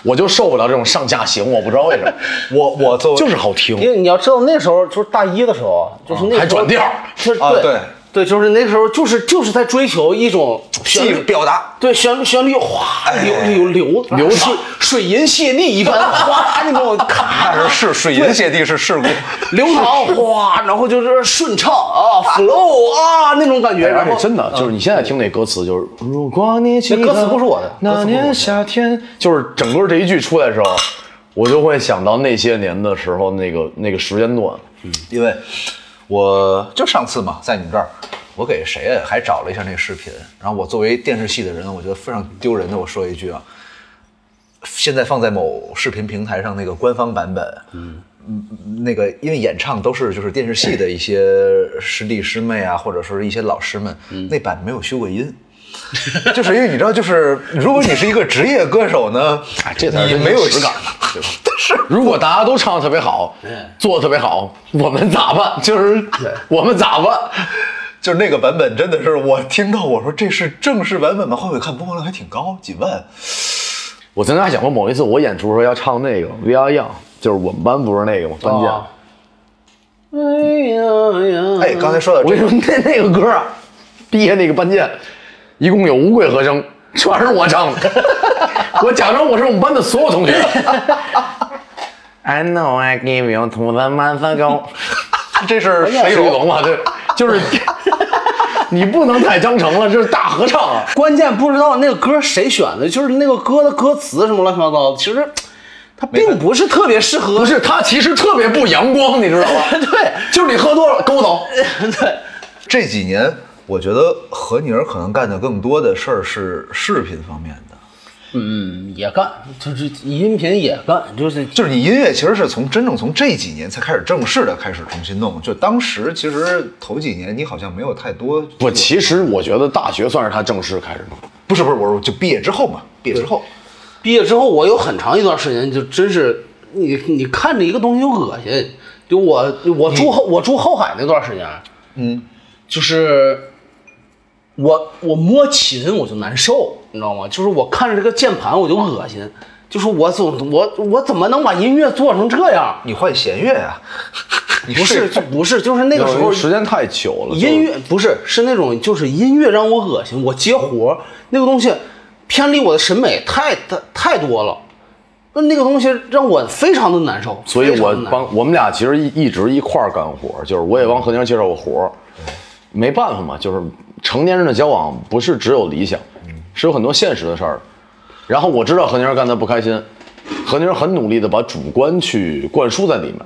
我就受不了这种上下行，我不知道为什么。我我作为就是好听，因为你要知道那时候就是大一的时候，啊就是那时候还转调 就是啊对对对，就是那时候就是就是在追求一种旋技律术 表达，对旋律旋律哗流流流 流水水银泻地一般哗那种咔那是是水银泻地是事故，流淌哗，然后就是顺畅啊 flow 啊那种感觉，然哎而后且真的就是你现在听那歌词，就是如果你记得嗯那歌词不是我的那年夏天，就是整个这一句出来的时候，我就会想到那些年的时候那个那个时间段。因为我就上次嘛，在你们这儿，我给谁啊还找了一下那视频，然后我作为电视系的人，我觉得非常丢人的，我说一句啊，现在放在某视频平台上那个官方版本，嗯。那个，因为演唱都是就是电视系的一些师弟师妹啊，或者说是一些老师们，嗯那版没有修过音， 就是因为你知道，就是如果你是一个职业歌 手呢，哎，这才你是没有实感呢， 对吧？但是如果大家都唱的特别好，做的特别好，我们咋办？就是我们咋办？就是那个版本真的是我听到我说这是正式版本吗？后尾看播放量还挺高，几万。我曾经还想过，某一次我演出的时候要唱那个《We Are Young》，就是我们班不是那个吗？班建。啊哎呀呀，哎，刚才说到 我这跟个你说，那那个歌啊，毕业那个班建，一共有五轨和声，全是我唱的。 我假装我是我们班的所有 同学。I know I gave you to the month ago，这是谁谁有？懂吗？啊这啊 就是你不能太张成了，这是大合唱啊！关键不知道那个歌谁选的，就是那个歌的歌词什么乱七八糟的，其实它并不是特别适 合？不。是，他其实特别不阳光，你知道吗 对就是你喝多了，跟我 走。对，这几年我觉得何宁儿可能干的更多的事儿是视频方面的，嗯，也干，就是音频也干，就是就是你音乐其实是从真正从这几年才开始正式的开始重新弄。就当时其实头几年你好像没有太多，不，其实我觉得大学算是他正式开始弄。不是不是，我说就毕业之后嘛，毕业之后毕业之后，我有很长一段时间就真是你你看着一个东西就恶心，就我我住后我住后海那段时间，嗯，就是我我摸琴我就难受，你知道吗？就是我看着这个键盘我就恶心，就是我总我我怎么能把音乐做成这样？你换弦乐啊，你不是，睡就不是，就是那个时候时间太久了，音乐不是是那种就是音乐让我恶心，我接活儿那个东西偏离我的审美太太太多了，那那个东西让我非常的难受。所以非我常地难受帮我们俩其实一一直一块儿干活，就是我也帮何宁介绍过活儿，嗯没办法嘛，就是成年人的交往不是只有理想，嗯是有很多现实的事儿。然后我知道何宁干的不开心，何宁很努力的把主观去灌输在里面，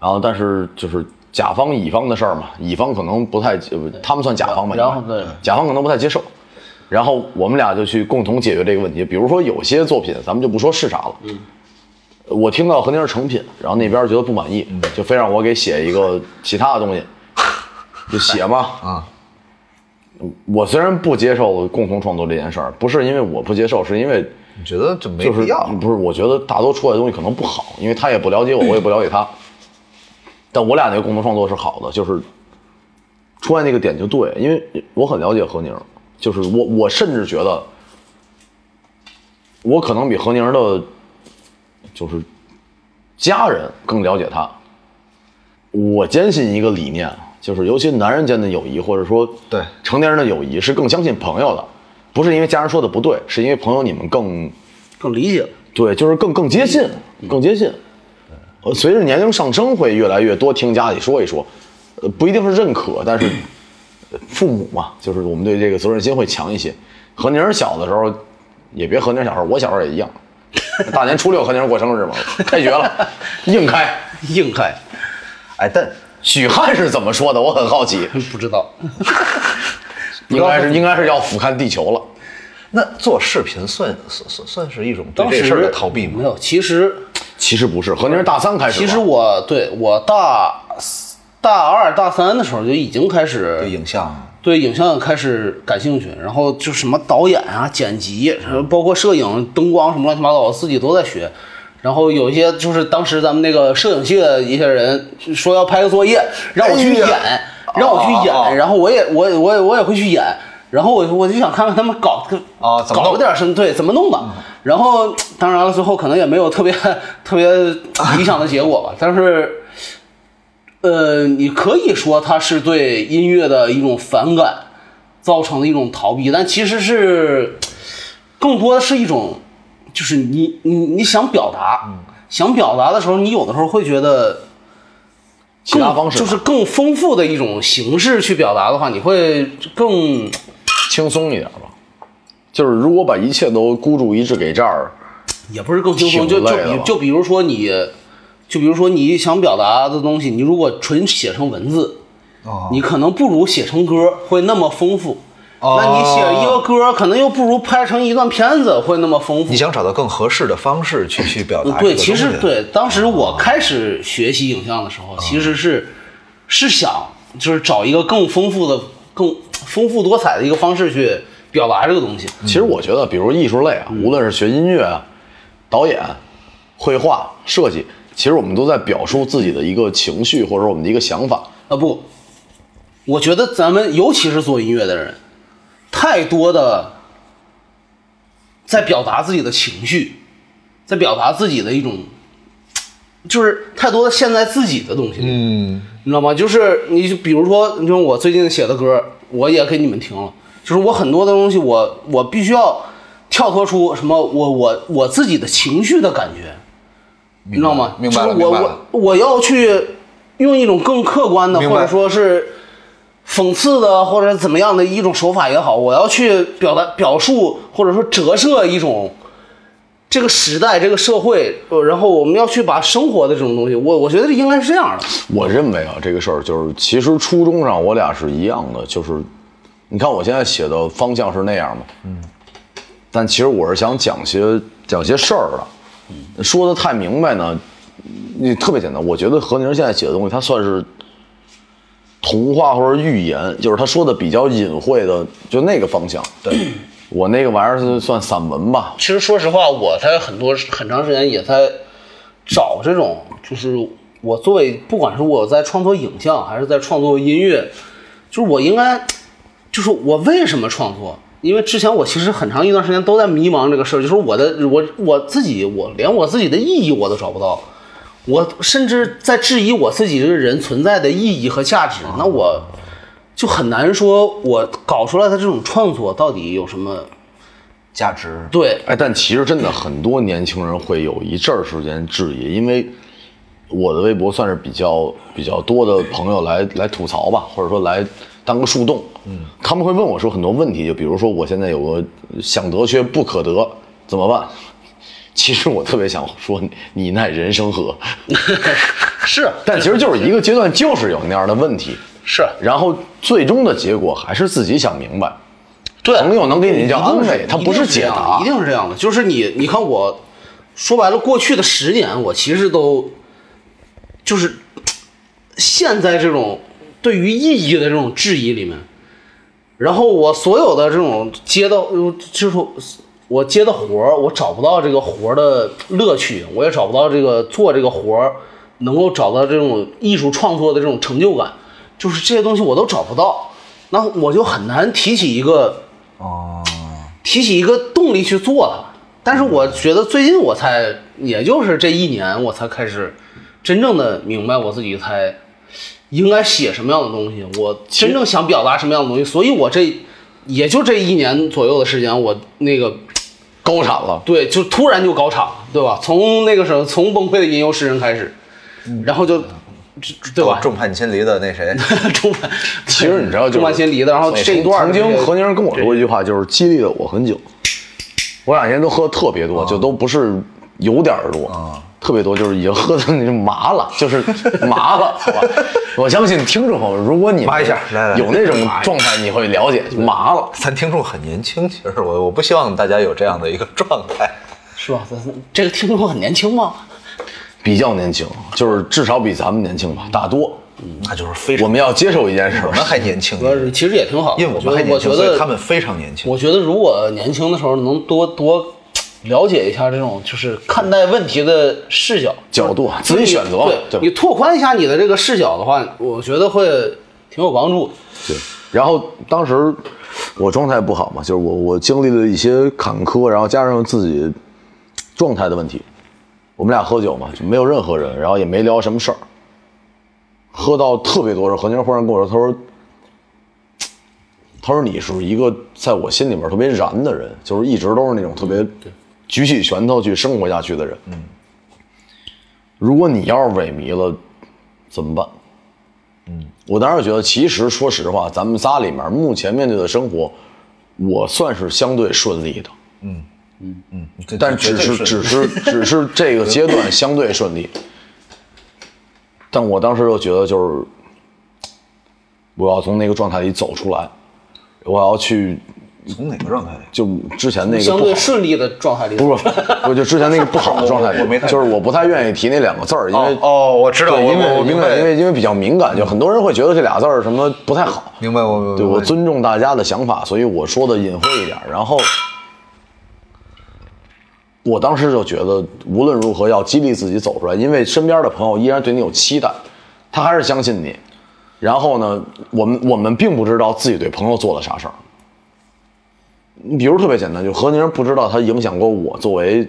然后但是就是甲方乙方的事儿嘛，乙方可能不太，呃他们算甲方吧，然后应该对甲方可能不太接受。然后我们俩就去共同解决这个问题。比如说有些作品，咱们就不说是啥了，嗯，我听到何宁是成品，然后那边觉得不满意，嗯就非让我给写一个其他的东西，就写 嘛啊。我虽然不接受共同创作这件事儿，不是因为我不接受，是因为你觉得就没就是必要？嗯不是？我觉得大多出来的东西可能不好，因为他也不了解 我，我也不了解他。但我俩那个共同创作是好的，就是出来那个点就对，因为我很了解何宁，就是我我甚至觉得我可能比何宁的，就是家人更了解他。我坚信一个理念，就是尤其男人间的友谊，或者说对成年人的友谊，是更相信朋友的，不是因为家人说的不对，是因为朋友你们更更理解了。对，就是更更接近，更接近。呃，随着年龄上升，会越来越多听家里说一说，呃，不一定是认可，但是呃父母嘛，就是我们对这个责任心会强一些。和宁儿小的时候，也别和宁儿小时候，我小时候也一样。大年初六和宁儿过生日嘛，开学了，硬开。硬开，哎，但许汉是怎么说的？我很好奇，不知道。应该是应该是要俯瞰地球了。那做视频算算算算是一种对这事儿的逃避没吗？有，其实其实不是，和宁儿大三开始吧。其实我对我大大二大三的时候就已经开始对影像，对影像开始感兴趣，然后就什么导演啊、剪辑，嗯包括摄影、灯光什么乱七八糟，我自己都在学。然后有一些就是当时咱们那个摄影系的一些人说要拍个作业，让我去演，哎呀让我去演，哦哦哦然后我也我也我也我也会去演，然后我我就想看看他们搞个哦怎么搞弄嗯了点什么，对，怎么弄的。然后当然了，最后可能也没有特别特别理想的结果吧，但是。呃，你可以说它是对音乐的一种反感造成的一种逃避，但其实是更多的是一种，就是你你你想表达，嗯想表达的时候，你有的时候会觉得其他方式吧就是更丰富的一种形式去表达的话，你会更轻松一点吧。就是如果把一切都孤注一掷给这儿，也不是更轻松，就挺累就的比吧就比如说你，就比如说你想表达的东西，你如果纯写成文字，哦你可能不如写成歌会那么丰富。哦那你写一个歌，可能又不如拍成一段片子会那么丰富嗯你。想找到更合适的方式去去表达呃对，这个其实东西，对，当时我开始学习影像的时候，其哦实是是想就是找一个更丰富的、更丰富多彩的一个方式去表达这个东西。其实我觉得，比如艺术类啊，无论是学音乐啊、导演、绘画、设计，其实我们都在表述自己的一个情绪或者我们的一个想法。啊不，我觉得咱们尤其是做音乐的人，太多的在表达自己的情绪，在表达自己的一种，就是太多的陷在自己的东西里，嗯，你知道吗？就是你就比如说，你像我最近写的歌，我也给你们听了，就是我很多的东西我，我必须要跳脱出什么我我我自己的情绪的感觉，你明白知道了吗？明白了，就是明我白我了。我要去用一种更客观的，明白或者说是讽刺的，或者怎么样的一种手法也好，我要去表达、表述，或者说折射一种这个时代、这个社会，呃然后我们要去把生活的这种东西，我我觉得应该是这样的。我认为啊，这个事儿就是，其实初衷上我俩是一样的，就是，你看我现在写的方向是那样嘛，嗯，但其实我是想讲些讲些事儿的，说的太明白呢，你特别简单。我觉得何宁现在写的东西，他算是童话或者寓言，就是他说的比较隐晦的，就那个方向。对，我那个玩意儿是算散文吧，其实说实话，我在很多很长时间也在找这种，就是我作为不管是我在创作影像还是在创作音乐，就是我应该，就是我为什么创作？因为之前我其实很长一段时间都在迷茫这个事儿，就是我的我我自己，我连我自己的意义我都找不到，我甚至在质疑我自己这个人存在的意义和价值。那我就很难说，我搞出来的这种创作到底有什么价值。对，哎，但其实真的很多年轻人会有一阵儿时间质疑，因为我的微博算是比较比较多的朋友来来吐槽吧，或者说来当个树洞。嗯，他们会问我说很多问题，就比如说我现在有个想得却不可得，怎么办？其实我特别想说你，你奈人生何？是但其实就是一个阶段，就是有那样的问题，是，然后最终的结果还是自己想明白。对，朋友能给你一叫安一定慰是，他不是解答一。定是这样的。就是你，你看我，说白了，过去的十年，我其实都就是陷在这种对于意义的这种质疑里面。然后我所有的这种接到，呃就是我接的活儿，我找不到这个活儿的乐趣，我也找不到这个做这个活儿能够找到这种艺术创作的这种成就感，就是这些东西我都找不到，那我就很难提起一个哦，提起一个动力去做它。但是我觉得最近我才，也就是这一年，我才开始真正的明白我自己才应该写什么样的东西，我真正想表达什么样的东西。所以我这也就这一年左右的时间，我那个高产了，对，就突然就高潮，对吧？从那个时候，从崩溃的吟游诗人开始，嗯然后就，这对吧？ 众叛亲离的那谁，众叛，其实你知道就是众叛亲离的，然后这一段曾儿这经个何宁跟我说过一句话，就是激励了我很久。我俩以前都喝特别多，就都不是有点儿多，特别多，就是已经喝的那就麻了， 就是麻了，好吧？我相信听众朋友，如果你麻一下来来有那种状态，你会了解麻了。咱听众很年轻，其实我我不希望大家有这样的一个状态。是吧？咱这个听众很年轻吗？比较年轻，就是至少比咱们年轻吧，大多。那就是非我们要接受一件事我儿，们还年轻，主要是其实也挺好，因为我觉们还得，年我觉轻，所以得他们非常年轻。我觉得如果年轻的时候能多多了解一下这种就是看待问题的视角角度自己选择对对你拓宽一下你的这个视角的话，我觉得会挺有帮助。对，然后当时我状态不好嘛，就是我我经历了一些坎坷，然后加上自己状态的问题，我们俩喝酒嘛，就没有任何人，然后也没聊什么事儿，喝到特别多的时候，何宁忽然跟我说，他说。他说：“你是一个在我心里面特别燃的人，就是一直都是那种特别举起拳头去生活下去的人。嗯，如果你要是萎靡了，怎么办？我当时觉得，其实说实话，咱们仨里面目前面对的生活，我算是相对顺利的，但只是只是只是这个阶段相对顺利。但我当时就觉得，就是我要从那个状态里走出来，我要去从哪个状态里？就之前那个相不对好顺利的状态里，不是，我就之前那个不好的状态里，我没太就是我不太愿意提那两个字儿，因为哦哦我知道对我因为我我因明白为因为因为比较敏感，就很多人会觉得这俩字儿什么不太好。明白我对我尊重大家的想法，所以我说的隐晦一点儿。然后，我当时就觉得无论如何要激励自己走出来，因为身边的朋友依然对你有期待，他还是相信你。然后呢，我们我们并不知道自己对朋友做了啥事儿。你比如特别简单，就何宁不知道他影响过我作为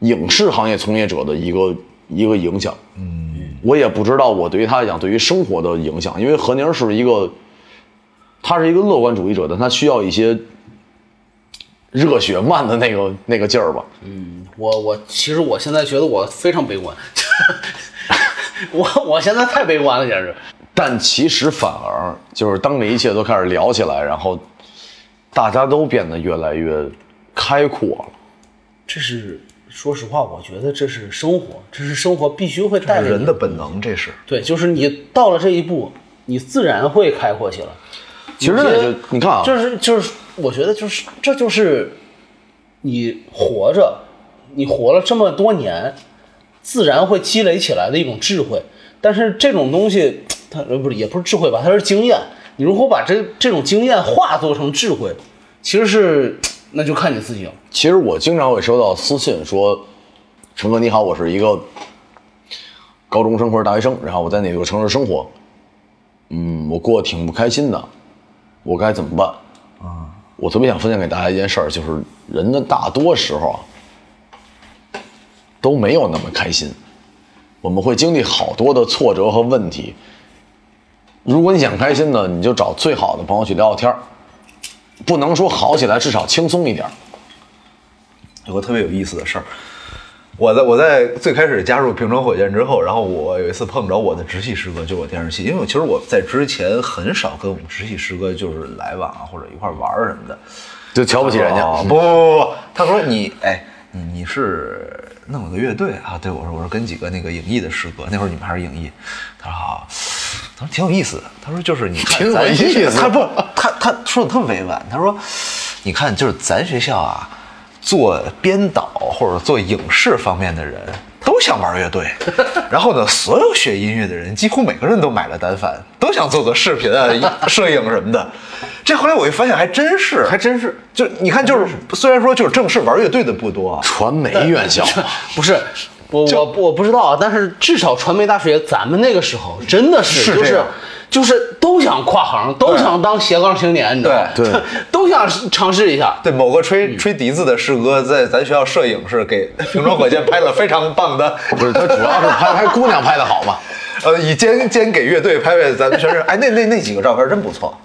影视行业从业者的一个一个影响。嗯，我也不知道我对于他来讲对于生活的影响，因为何宁是一个他是一个乐观主义者，但他需要一些热血漫的那个 那个劲儿吧。我我其实我现在觉得我非常悲观， 我我现在太悲观了，简直。但其实反而就是当这一切都开始聊起来，然后大家都变得越来越开阔了。这是说实话，我觉得这是生活，这是生活必须会带给你人的本能，这是对，就是你到了这一步，你自然会开阔起来。其实有那些就你看啊，就是就是，我觉得就是这就是你活着，你活了这么多年，自然会积累起来的一种智慧。但是这种东西，它呃不是也不是智慧吧，它是经验。你如何把这这种经验化作成智慧，其实是那就看你自己了。其实我经常会收到私信说：“陈哥你好，我是一个高中生或者大学生，然后我在哪个城市生活，嗯，我过得挺不开心的，我该怎么办？”我特别想分享给大家一件事儿，就是人的大多时候啊啊都没有那么开心，我们会经历好多的挫折和问题。如果你想开心呢，你就找最好的朋友去聊聊天儿，不能说好起来，至少轻松一点儿。有个特别有意思的事儿。我在我在最开始加入平城火箭之后，然后我有一次碰着我的直系师哥，就我电视系，因为我其实我在之前很少跟我们直系师哥就是来往啊，或者一块儿玩儿什么的。就瞧不起人家。哦不不不不，他说你哎，你你是弄了个乐队啊？对，我说我说跟几个那个影艺的师哥，那会儿你们还是影艺。他说好，他说挺有意思的。他说就是你 看挺有咱意思他不，他他说的特委婉。他说，你看就是咱学校啊，做编导或者做影视方面的人。都想玩 乐队，然后呢，所有学音乐的人几乎每个人都买了单反，都想做个视 频啊、摄影什么的。这后来我一发现，还真是，还真是。就你看，就是虽然说就是正式玩乐队的不多啊，嗯传媒院校，不是，我我我不知道啊，但是至少传媒大学咱们那个时候真的是是就这是样就是都想跨行，都想当斜杠青年，你知道吗？对对， 都想尝试一下。对某个嗯吹吹笛子的师哥在咱学校摄影是给平装火箭拍了非常棒 的，不是他主 要是拍拍姑娘拍的好嘛。呃，以兼兼给乐队拍拍咱们学 生，哎，那那那几个照片真不错，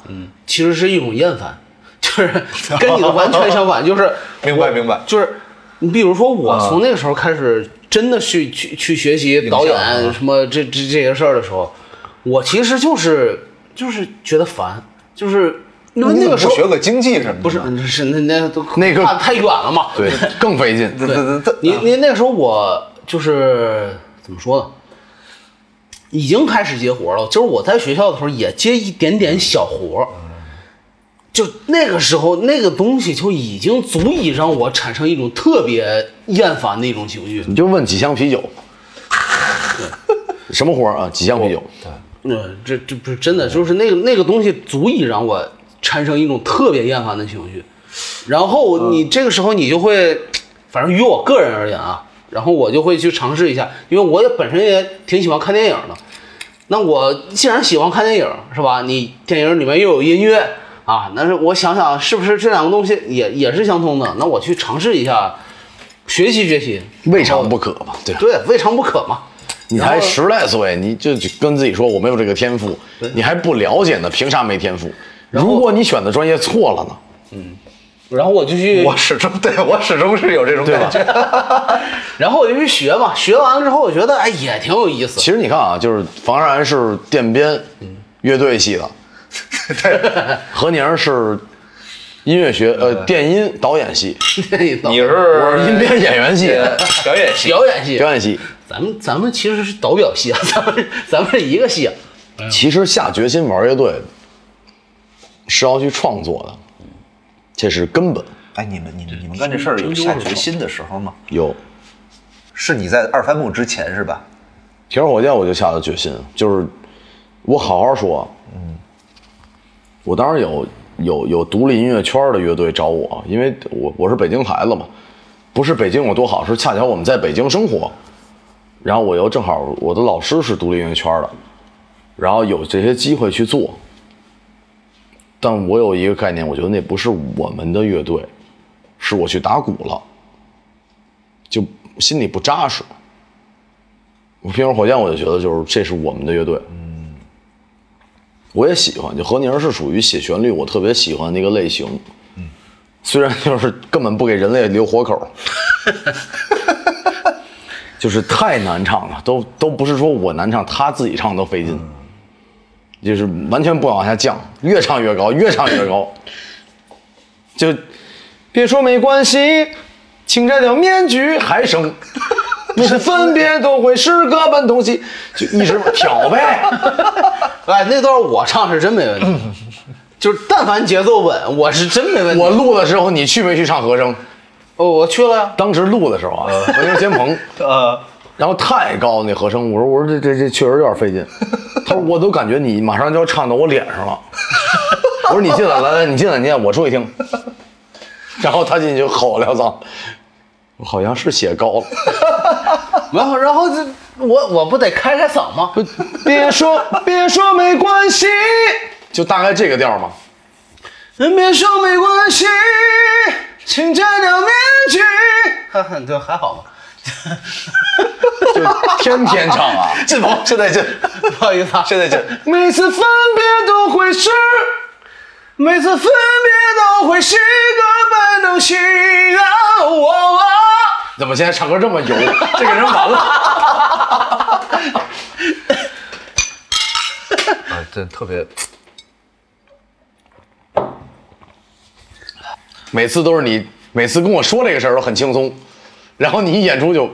其实是一种厌烦， 就是跟你的完全相反，就是明哦白明白就是你比如说我从那个时候开始真的去去去学习导啊影啊像演什么这这这些事儿的时候，我其实就是就是觉得烦，就是因为你那怎么个时候不学个经济什么的，不是是那那都嗯那个怕太远了嘛，对，更费劲。对对对，你你那时候我就是怎么说呢？已经开始接活了，就是我在学校的时候也接一点嗯点小活儿，就那个时候那个东西就已经足以让我产生一种特别厌烦的一种情绪。你就问几箱啤酒， 什么活儿啊？几箱啤酒？嗯，这这不是真的，就是那个那个东西足以让我产生一种特别厌烦的情绪，然嗯后你这个时候你就会，反正于我个人而言啊，然后我就会去尝试一下，因为我也本身也挺喜欢看电影的，那我既然喜欢看电影是吧？你电影里面又有音乐啊，那是我想想是不是这两个东西也也是相通的？那我去尝试一下，学习学习，未尝不可吧？对吧？对，未尝不可嘛。你然后才十来岁，你就跟自己说我没有这个天赋，你还不了解呢，凭啥没天赋？如果你选的专业错了呢？然后我就去 我始终对我始终是有这种感觉，然后我就去学嘛，学完了之后，我觉得哎也挺有意思。其实你看啊，就是房然是电编乐队系的，何宁是音乐学呃电音导演系， 你我是是音编演员系、表演系，表演系，表演系。咱们咱们其实是导表系啊， 咱们咱们是一个系啊。其实下决心玩乐队是要去创作的，这是根本。 哎，你们你们你们干这事儿有下决心的时候吗？有是你在二番木之前是吧？铁手火箭，我就下了决心，就是我好好说，嗯，我当时有有有独立音乐圈的乐队找我，因为我我是北京孩子嘛，不是北京有多好，是恰巧我们在北京生活，然后我又正好我的老师是独立音乐圈的，然后有这些机会去做，但我有一个概念，我觉得那不是我们的乐队，是我去打鼓了，就心里不扎实。我平时火箭我就觉得就是这是我们的乐队，嗯，我也喜欢，就何宁是属于写旋律我特别喜欢那个类型，嗯，虽然就是根本不给人类留活口，就是太难唱了，都都不是说我难唱，他自己唱都费劲，就是完全不往下降，越唱越高，越唱越高，就别说没关系，请摘掉面具，还剩。不分别都会是各奔东西，就一直挑呗。哎，那段我唱是真没问题，就是但凡节奏稳，我是真没问题。我录的时候，你去没去唱和声？哦，我去了嗯呀，当时录的时候啊，我那个监棚，呃，然后太高那和声，我说我说这这这确实有点费劲。他说我都感觉你马上就要唱到我脸上了。我说你进来，来来，你进来，你进来，我出去听。然后他进去吼两嗓，我好像是写高了。然后然后这我我不得开开嗓吗？别说别说没关系，就大概这个调嘛。别说没关系，请摘掉面 具。哈哈， 就还好吧。就天天唱 啊。进棚，现在进，不好意思啊，现在进。每次分别都会是每次分别都会是个本能需要我。啊怎么现在唱歌这么油？这个人完 了。啊，真特别每次都是你，每次跟我说这个事儿都很轻松，然后你一演出就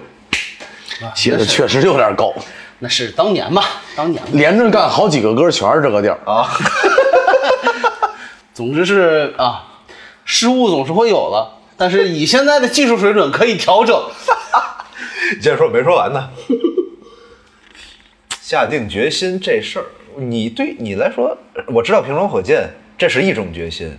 写的确实有点高，那是当年吧，当年吧。连着干好几个歌全是这个调儿。啊，总之是啊，失误总是会有了，但是以现在的技术水准可以调整。你接着说，我没说完呢。 下定决心这事儿，你对你来说，我知道平壤火箭这是一种决心。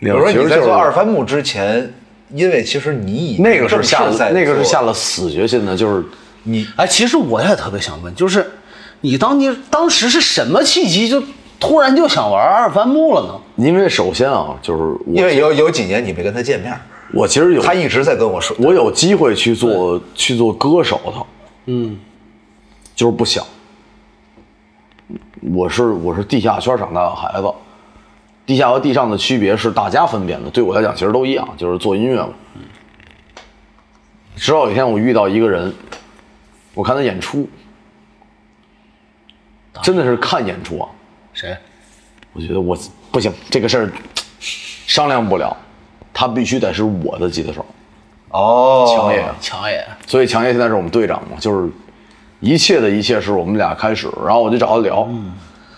比如说其你实在就是做二番木之前，因为其实你已经那个是下正式在了，那个是做下了死决心的，就是你哎，其实我也特别想问，就是你当年当时是什么契机，就突然就想玩二番木了呢？因为首先啊，就是我因为有有几年你没跟他见面，我其实有他一直在跟我说，我有机会去做去做歌手的，嗯，就是不想。我是我是地下圈长大的孩子，地下和地上的区别是大家分辨的，对我来讲其实都一样，就是做音乐嘛。直到有一天我遇到一个人，我看他演出，真的是看演出啊，谁？我觉得我不行，这个事儿商量不了，他必须得是我的吉他手。哦，哎强爷强爷。所以强爷现在是我们队长嘛，就是一切的一切是我们俩开始，然后我就找他聊，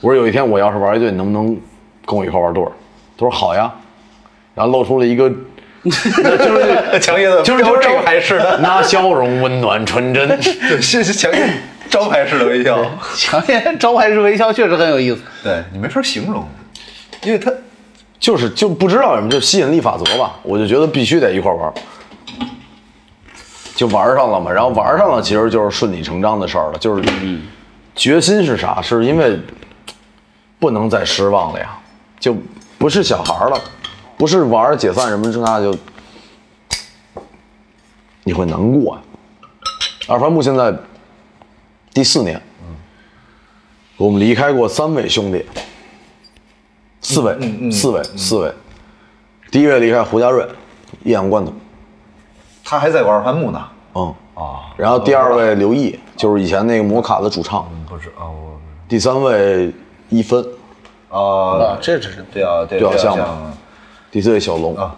我说有一天我要是玩一队，你能不能跟我一块玩对儿？他说好呀，然后露出了一个就是 强爷的就是 就是招牌式的，那笑容温暖纯真，对，是是强爷招牌式的微笑，强爷招牌式微笑确实很有意思。对你没法形容，因为他就是就不知道什么就吸引力法则吧，我就觉得必须得一块玩。就玩上了嘛，然后玩上了，其实就是顺理成章的事儿了。就是决心是啥？是因为不能再失望了呀，就不是小孩儿了，不是玩儿解散什么这那就你会难过、呀。啊二番木现在第四年，我们离开过三位兄弟，四位，四位，四位。第一位离开胡家瑞，一氧罐头，他还在玩番木呢，嗯。啊，然后第二位刘毅，就是以前那个摩卡的主唱。不是啊，我第三位一分，啊，这只是对啊，对对啊对像像吗第四位小龙。啊，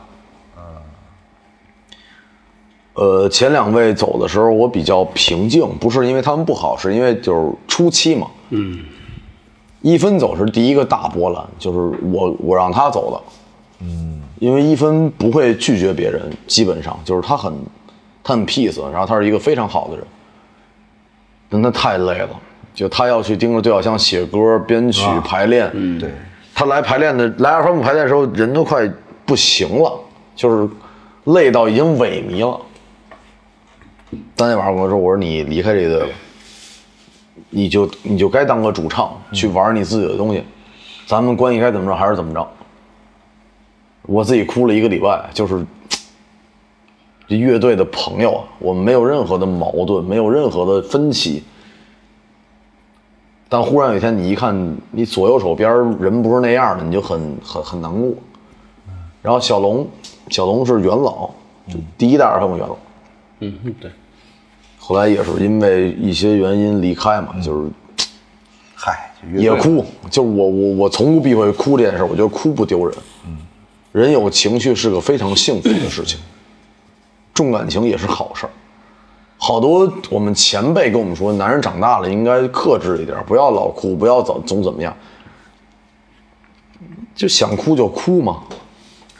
呃，前两位走的时候我比较平静，不是因为他们不好，是因为就是初期嘛。嗯。一分走是第一个大波澜，就是我我让他走的。嗯。因为一分不会拒绝别人，基本上就是他很他很 peace，然后他是一个非常好的人。但他太累了，就他要去盯着对小像写歌、编曲、排练。嗯对，他来排练的，来二番木排练的时候，人都快不行了，就是累到已经萎靡了。当天晚上我跟他说，我说你离开这队了，你就你就该当个主唱，去玩你自己的东西，咱们关系该怎么着还是怎么着。我自己哭了一个礼拜，就是这乐队的朋友啊，我们没有任何的矛盾，没有任何的分歧。但忽然有一天，你一看你左右手边人不是那样的，你就很很很难过。然后小龙，小龙是元老，就第一代二番木元老，嗯，对，后来也是因为一些原因离开嘛，就是嗨，就乐队也哭，就我我我从不避讳哭这件事儿，我觉得哭不丢人。嗯人有情绪是个非常幸福的事情，重感情也是好事儿。好多我们前辈跟我们说，男人长大了应该克制一点，不要老哭，不要总总怎么样，就想哭就哭嘛，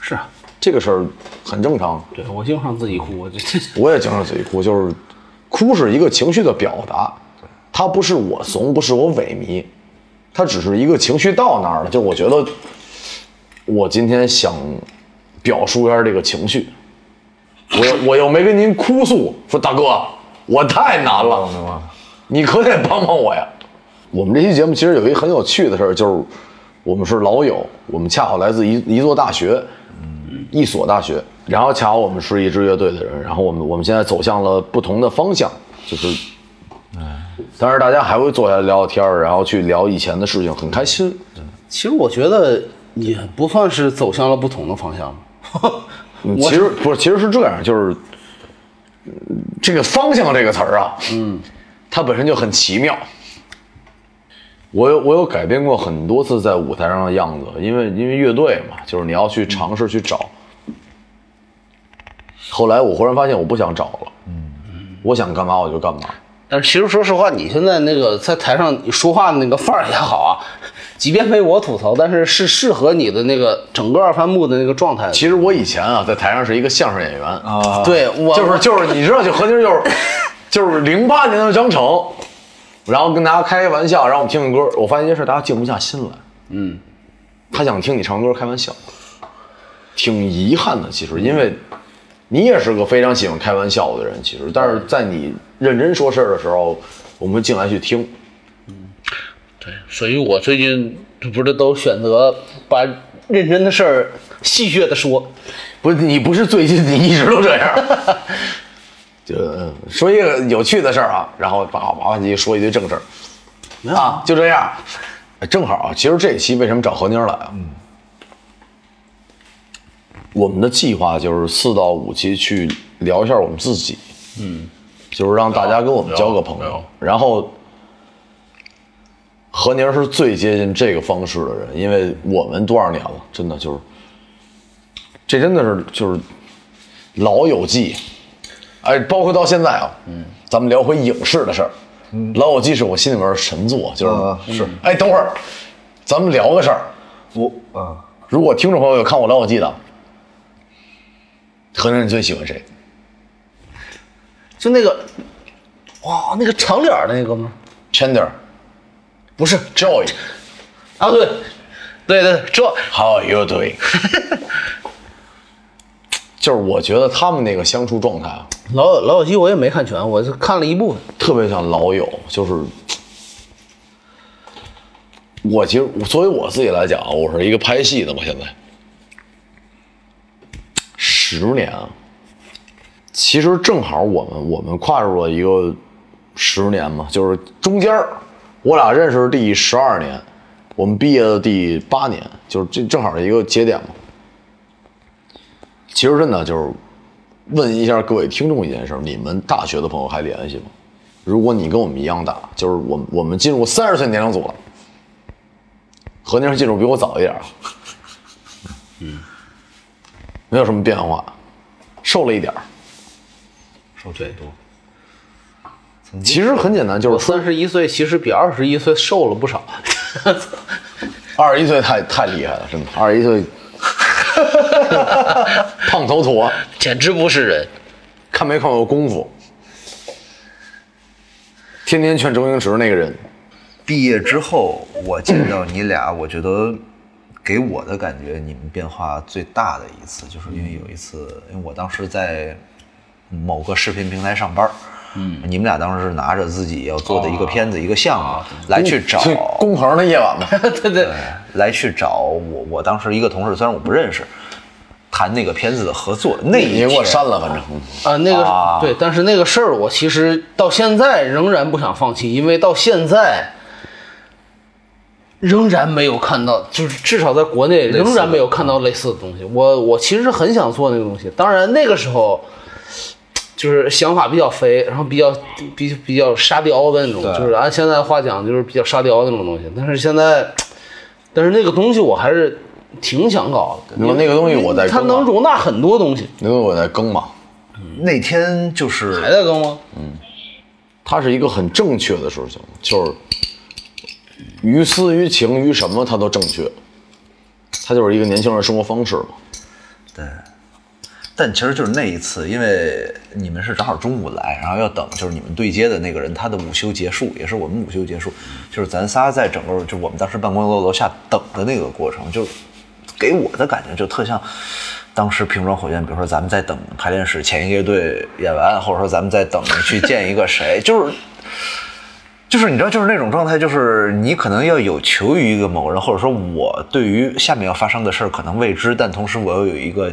是啊，这个事儿很正常。对我经常自己哭，我这我也经常自己哭，就是哭是一个情绪的表达，它不是我怂，不是我萎靡，它只是一个情绪到那儿了。就我觉得，我今天想表述一下这个情绪，我又我又没跟您哭诉，说大哥我太难了，你可得帮帮我呀。我们这期节目其实有一很有趣的事儿，就是我们是老友，我们恰好来自一一座大学，一所大学，然后恰好我们是一支乐队的人，然后我们我们现在走向了不同的方向，就是，当然大家还会坐下来聊聊天儿，然后去聊以前的事情，很开心。其实我觉得也不算是走向了不同的方向吧。嗯我其实不是，其实是这样，就是嗯这个“方向”这个词儿啊，嗯，它本身就很奇妙。我有我有改变过很多次在舞台上的样子，因为因为乐队嘛，就是你要去尝试去找。后来我忽然发现我不想找了，嗯，我想干嘛我就干嘛。但是其实说实话，你现在那个在台上你说话的那个范儿也好啊，即便被我吐槽，但是是适合你的那个整个二番木的那个状态的。其实我以前啊，在台上是一个相声演员啊，啊，对我就是就是你知道，就核心 就是就是零八年的张成，然后跟大家开开玩笑，让我们听听歌，我发现一件事，大家静不下心来。嗯，他想听你唱歌开玩笑，挺遗憾的。其实，因为你也是个非常喜欢开玩笑的人，其实，但是在你认真说事儿的时候，我们会进来去听。所以我最近不是都选择把认真的事儿戏谑的说。不是你不是最近你一直都这样，就呃说一个有趣的事儿啊，然后叭叭叭唧说一堆正事儿，啊，就这样。哎正好啊，其实这一期为什么找何妞来啊？我们的计划就是四到五期去聊一下我们自己，嗯，就是让大家跟我们交个朋友，然后。何宁是最接近这个方式的人，因为我们多少年了，真的就是这真的是就是老友记，哎，包括到现在啊，嗯，咱们聊回影视的事儿，老友记是我心里面的神作，就是、嗯啊是，哎，等会儿咱们聊个事儿，我啊，如果听众朋友有看过老友记的，何宁你最喜欢谁？就那个，哇，那个长脸儿那个吗？ Chandler，不是 Joy，啊，对，对对，这 How are you doing？就是我觉得他们那个相处状态啊，老老友记我也没看全，我就看了一部分。特别像老友，就是我其实作为我自己来讲，啊我是一个拍戏的嘛，现在十年啊，其实正好我们我们跨入了一个十年嘛，就是中间儿我俩认识的第十二年，我们毕业的第八年，就是这正好是一个节点嘛。其实真的就是问一下各位听众一件事儿：你们大学的朋友还联系吗？如果你跟我们一样大，就是我们我们进入三十岁年龄组了，何宁进入比我早一点儿，嗯，嗯没有什么变化，瘦了一点儿。受罪多，嗯其实很简单，就是我说三十一岁，其实比二十一岁瘦了不少。二十一岁太太厉害了， 真的，二十一岁胖头陀，简直不是人。看没看过功夫？天天劝周星驰那个人，毕业之后，我见到你俩，我觉得给我的感觉，你们变化最大的一次，就是因为有一次，因为我当时在某个视频平台上班，嗯，你们俩当时是拿着自己要做的一个片子、一个项目啊来去找最工棚的夜晚吧。 对对，来去找我，我当时一个同事，虽然我不认识，谈那个片子的合作。那一你给我天删了，反正。啊，那个、啊对，但是那个事儿我其实到现在仍然不想放弃，因为到现在仍然没有看到，就是至少在国内仍然没有看到类似的东西。我我其实很想做那个东西，当然那个时候就是想法比较飞，然后比较比比较沙雕的那种，就是按现在的话讲就是比较沙雕的那种东西。但是现在，但是那个东西我还是挺想搞的，你说那个东西我在它更能嘛，容纳很多东西。那个东西我在更嘛。那天就是还在更吗？它是一个很正确的事情，就是于私于情于什么它都正确，它就是一个年轻人生活方式嘛。但其实就是那一次，因为你们是正好中午来，然后要等就是你们对接的那个人他的午休结束，也是我们午休结束，就是咱仨在整个就我们当时办公楼楼下等的那个过程，就给我的感觉就特像当时平装火箭，比如说咱们在等排练室前一个乐队演完，或者说咱们在等去见一个谁， 就是就是你知道，就是那种状态，就是你可能要有求于一个某个人，或者说我对于下面要发生的事儿可能未知，但同时我又有一个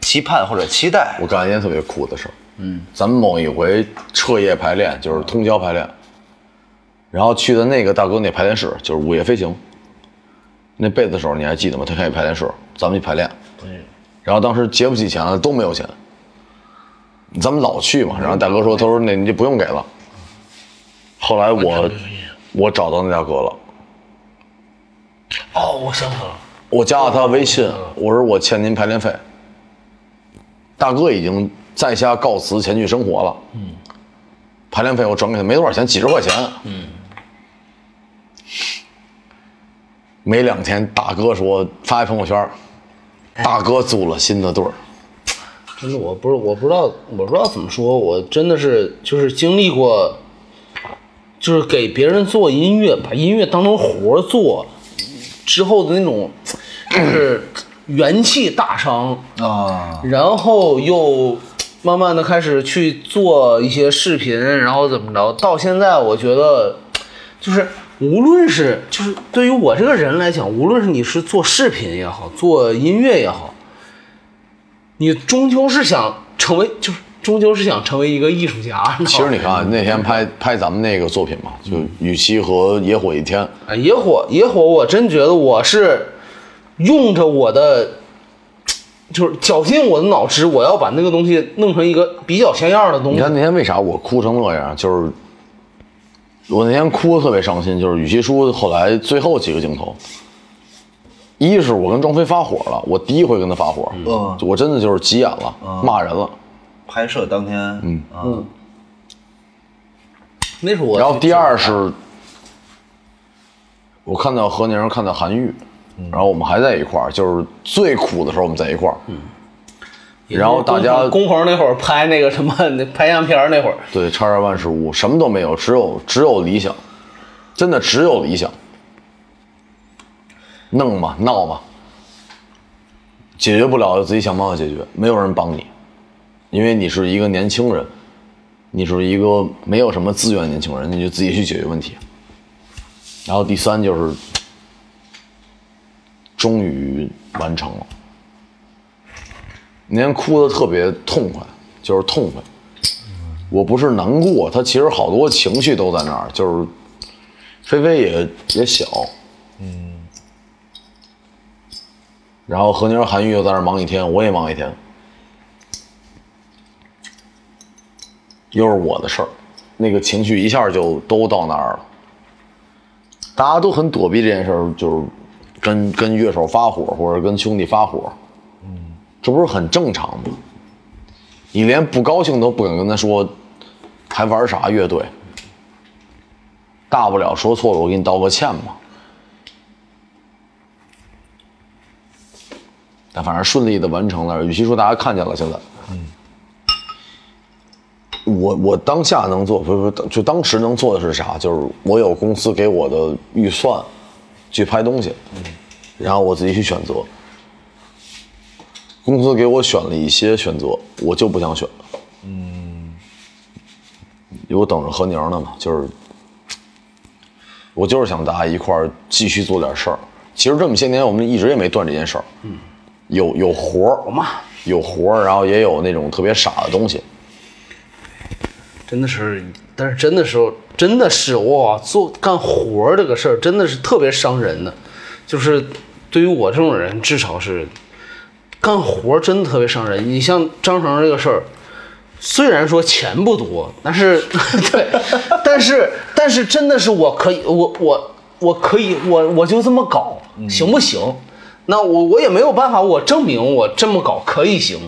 期盼或者期待我。干一件特别酷的事儿，嗯，咱们某一回彻夜排练，就是通宵排练，然后去的那个大哥那排练室，就是《午夜飞行》，那贝子手你还记得吗？他开一排练室，咱们去排练。然后当时结不起钱了，都没有钱。咱们老去嘛，然后大哥说，他说那你就不用给了。后来我我找到那大哥了，哦，我想起来了，我加了他微信，我说我欠您排练费。大哥已经在家告辞前去生活了，嗯，排练费我转给他没多少钱，几十块钱，嗯。没两天，大哥说发一朋友圈，大哥组了新的队儿，真的，我不是，我不知道，我不知道怎么说，我真的是就是经历过，就是给别人做音乐，把音乐当成活儿做之后的那种，就是元气大伤，啊，然后又慢慢的开始去做一些视频，然后怎么着，到现在我觉得，就是无论是就是对于我这个人来讲，无论是你是做视频也好，做音乐也好，你终究是想成为就是。终究是想成为一个艺术家，你知其道实吗你看啊，那天拍拍咱们那个作品嘛，就《雨熙和野火一天》，啊，野火，野火，我真觉得我是用着我的，就是绞尽我的脑汁，我要把那个东西弄成一个比较像样的东你西。看那天为啥我哭成那样？就是我那天哭的特别伤心，就是雨熙叔后来最后几个镜头，一是我跟张飞发火了，我第一回跟他发火，嗯我真的就是急眼了，嗯骂人了。拍摄当天，嗯啊，那是我。然后第二是，我看到何宁，看到韩愈，嗯然后我们还在一块儿，就是最苦的时候我们在一块儿。然后大家工棚那会儿拍那个什么，那拍样片儿那会儿，对，叉叉万事屋什么都没有，只有只有理想，真的只有理想。弄吧，闹吧，解决不了就自己想办法解决，没有人帮你，因为你是一个年轻人，你是一个没有什么资源的年轻人，你就自己去解决问题。然后第三就是，终于完成了。那天哭的特别痛快，就是痛快。我不是难过，他其实好多情绪都在那儿，就是菲菲也也小，嗯，然后何宁、韩愈又在那儿忙一天，我也忙一天，又是我的事儿，那个情绪一下就都到那儿了。大家都很躲避这件事儿，就是跟跟乐手发火或者跟兄弟发火，嗯，这不是很正常吗？你连不高兴都不敢跟他说，还玩啥乐队？大不了说错了，我给你道个歉嘛。但反正顺利的完成了，与其说大家看见了，现在，嗯，我我当下能做，不不，就当时能做的是啥？就是我有公司给我的预算，去拍东西，然后我自己去选择。公司给我选了一些选择，我就不想选了。嗯，我等着和宁呢嘛，就是我就是想大家一块儿继续做点事儿。其实这么些年，我们一直也没断这件事儿。嗯，有有活儿嘛，有活儿，然后也有那种特别傻的东西。真的是，但是真的时候，真的是哇，做干活儿这个事儿真的是特别伤人的，就是对于我这种人，至少是干活儿真的特别伤人。你像张成这个事儿，虽然说钱不多，但是对，但是但是真的是我可以，我我我可以，我我就这么搞，行不行？那我我也没有办法，我证明我这么搞可以行，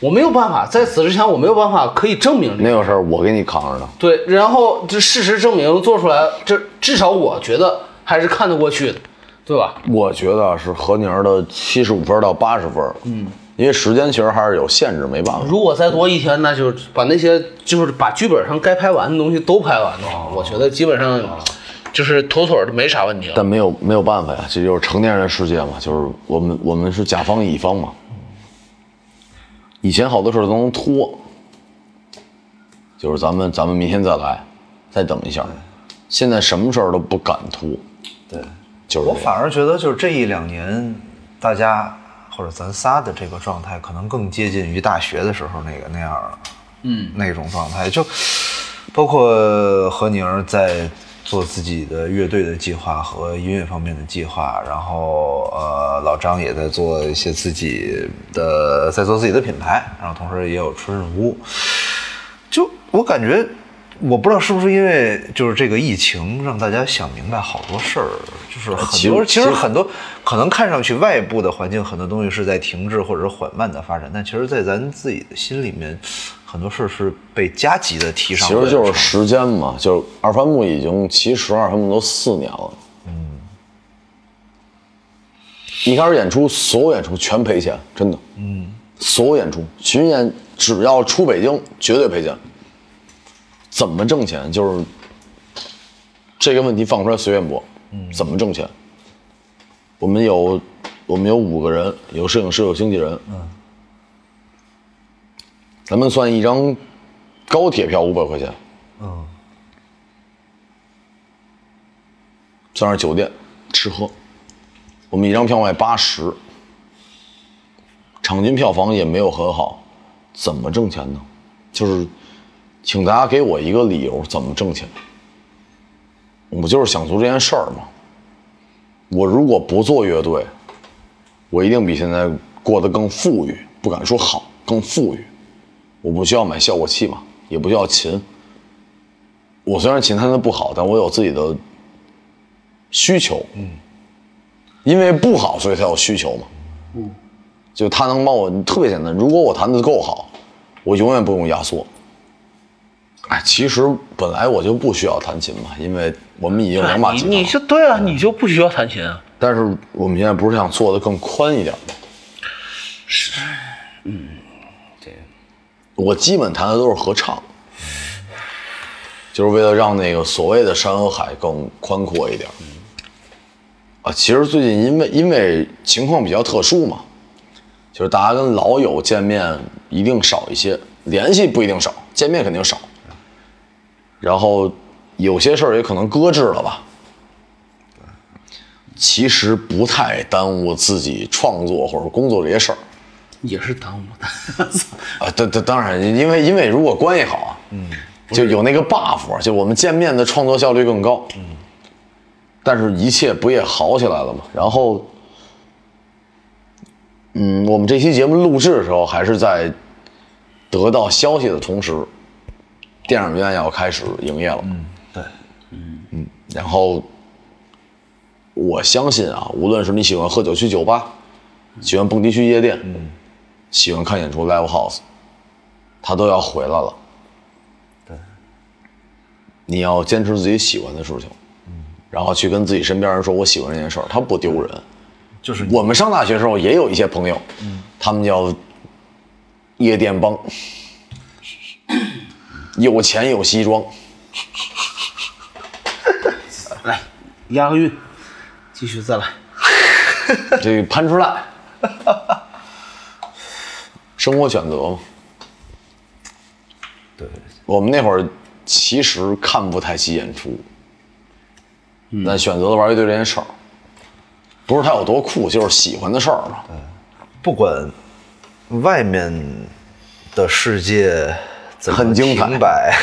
我没有办法，在此之前我没有办法可以证明这个那个事儿我给你扛着呢。对，然后这事实证明做出来，这至少我觉得还是看得过去的，对吧？我觉得啊是和宁的七十五分到八十分。嗯，因为时间其实还是有限制，没办法。如果再多一天，那就把那些就是把剧本上该拍完的东西都拍完的话，我觉得基本上就是妥妥的没啥问题了。但没有没有办法呀，这就是成年人的世界嘛，就是我们我们是甲方乙方嘛。以前好多事儿都能拖，就是咱们咱们明天再来，再等一下。现在什么事儿都不敢拖，对，就是我这样反而觉得就是这一两年，大家或者咱仨的这个状态，可能更接近于大学的时候那个那样了，嗯，那种状态就包括何宁在做自己的乐队的计划和音乐方面的计划，然后呃，老张也在做一些自己的，在做自己的品牌，然后同时也有春日屋。就我感觉，我不知道是不是因为就是这个疫情让大家想明白好多事儿，就是其很实多其其实实很多可能看上去外部的环境很多东西是在停滞或者是缓慢的发展，但其实，在咱自己的心里面，很多事儿是被加急的提上其来的。实就是时间嘛，就是二番木已经，其实二番木都四年了。嗯，一开始演出，所有演出全赔钱，真的。嗯，所有演出巡演，只要出北京，绝对赔钱。怎么挣钱？就是这个问题放出来随便播。嗯，怎么挣钱？我们有我们有五个人，有摄影师，有经纪人。嗯，咱们算一张高铁票五百块钱。嗯，算上酒店吃喝，我们一张票卖八十，场均票房也没有很好，怎么挣钱呢？就是，请大家给我一个理由，怎么挣钱？我就是想做这件事儿嘛。我如果不做乐队，我一定比现在过得更富裕，不敢说好，更富裕。我不需要买效果器嘛，也不需要琴。我虽然琴弹的不好，但我有自己的需求。嗯，因为不好，所以才有需求嘛。嗯，就他能帮我，特别简单。如果我弹的够好，我永远不用压缩。哎，其实本来我就不需要弹琴嘛，因为我们已经两把你吉他了。你就对啊，你就不需要弹琴啊。但是我们现在不是想做的更宽一点吗？是，嗯，对。我基本弹的都是合唱，就是为了让那个所谓的山和海更宽阔一点。啊，其实最近因为因为情况比较特殊嘛，就是大家跟老友见面一定少一些，联系不一定少，见面肯定少。然后有些事儿也可能搁置了吧，其实不太耽误自己创作或者工作这些事儿也是耽误了。啊。当当当然，因为因为如果关系好啊，嗯，就有那个 buff，就我们见面的创作效率更高。嗯，但是一切不也好起来了吗？然后，嗯，我们这期节目录制的时候，还是在得到消息的同时，电影院要开始营业了。嗯，对，嗯嗯，然后。我相信啊，无论是你喜欢喝酒去酒吧，喜欢蹦迪去夜店，喜欢看演出 live house，他都要回来了。对，你要坚持自己喜欢的事情，然后去跟自己身边人说我喜欢这件事儿，他不丢人。就是我们上大学的时候也有一些朋友，他们叫夜店帮，有钱有西装，来， 押个韵，继续再来。这潘出来，生活选择嘛。对，我们那会儿其实看不太起演出，但选择了玩乐队这件事儿，不是它有多酷，就是喜欢的事儿嘛。不管外面的世界怎么很精彩停摆，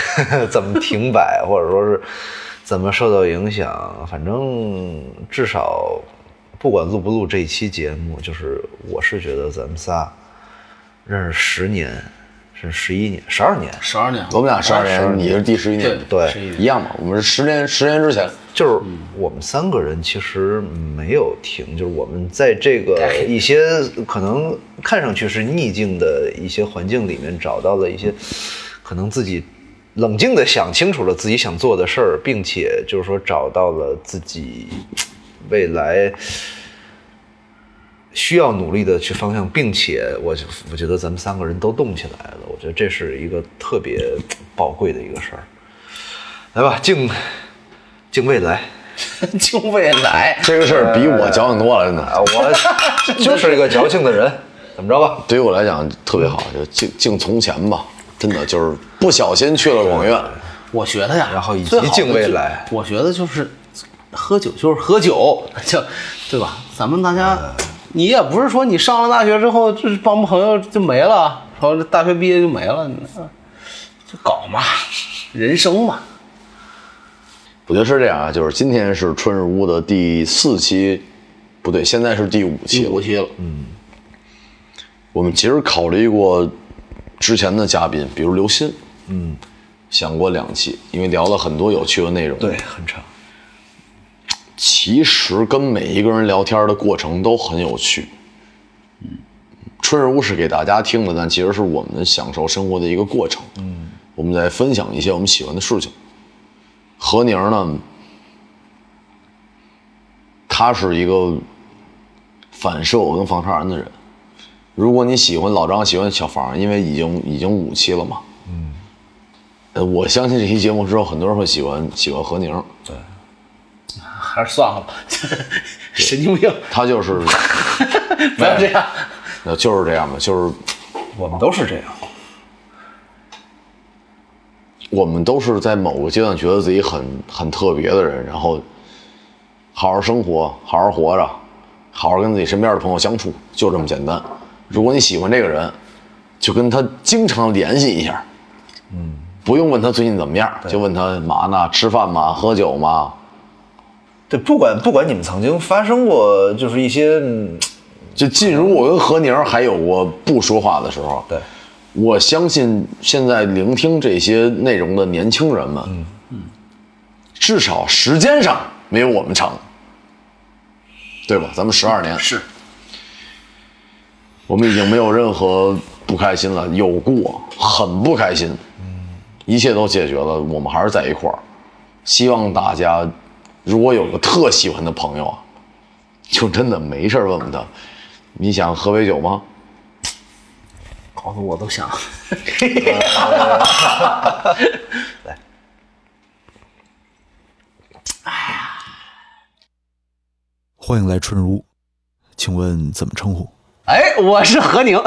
怎么停摆，或者说是怎么受到影响，反正至少不管录不录这一期节目，就是我是觉得咱们仨认识十年，甚至十一年、十二年，十二年了，我们俩十二年，你是第十一年，对十一一样嘛。我们是十年十年之前，就是我们三个人其实没有停，就是我们在这个一些可能看上去是逆境的一些环境里面，找到了一些可能自己冷静的想清楚了自己想做的事儿，并且就是说找到了自己未来需要努力的去方向，并且我就我觉得咱们三个人都动起来了，我觉得这是一个特别宝贵的一个事儿。来吧，敬敬未来。 就未来。这个事儿哎比我矫情多了，真的。啊，我 就是一个矫情的人，怎么着吧？对于我来讲特别好，就敬敬从前吧，真的就是不小心去了广院。我觉得呀，然后以及最好的就敬未来我觉得就是喝酒 就是喝酒，就对吧？咱们大家，嗯你也不是说你上了大学之后， 就是帮朋友就没了，然后大学毕业就没了，你就搞嘛，人生嘛。我觉得是这样啊，就是今天是春日屋的第四期，不对，现在是第五期第了。嗯五期了，我们其实考虑过之前的嘉宾，比如刘鑫，嗯，想过两期，因为聊了很多有趣的内容。对，，很长。其实跟每一个人聊天的过程都很有趣。春日屋是给大家听的，但其实是我们享受生活的一个过程。嗯，我们在分享一些我们喜欢的事情。何宁呢，他是一个反射我跟房超然的人。如果你喜欢老张，喜欢小房，因为已经已经五期了嘛，嗯，呃，我相信这期节目之后，很多人会喜欢喜欢何宁。还是算了吧， 神经病，他就是，不要这样。呃，就是这样的，就是我们都是这样，我们都是在某个阶段觉得自己很很特别的人，然后好好生活，好好活着，好好跟自己身边的朋友相处，就这么简单。如果你喜欢这个人，就跟他经常联系一下，嗯，不用问他最近怎么样，就问他嘛呢，吃饭吗？喝酒吗？对，不管不管你们曾经发生过，就是一些，嗯就进入我跟何宁还有过不说话的时候，对，我相信现在聆听这些内容的年轻人们，嗯至少时间上没有我们长，对吧？咱们十二年是，我们已经没有任何不开心了，有过很不开心，一切都解决了，我们还是在一块儿。希望大家如果有个特喜欢的朋友啊，就真的没事儿问问他，你想喝杯酒吗？搞得我都想，欢迎来春如，请问怎么称呼？哎，我是何宁。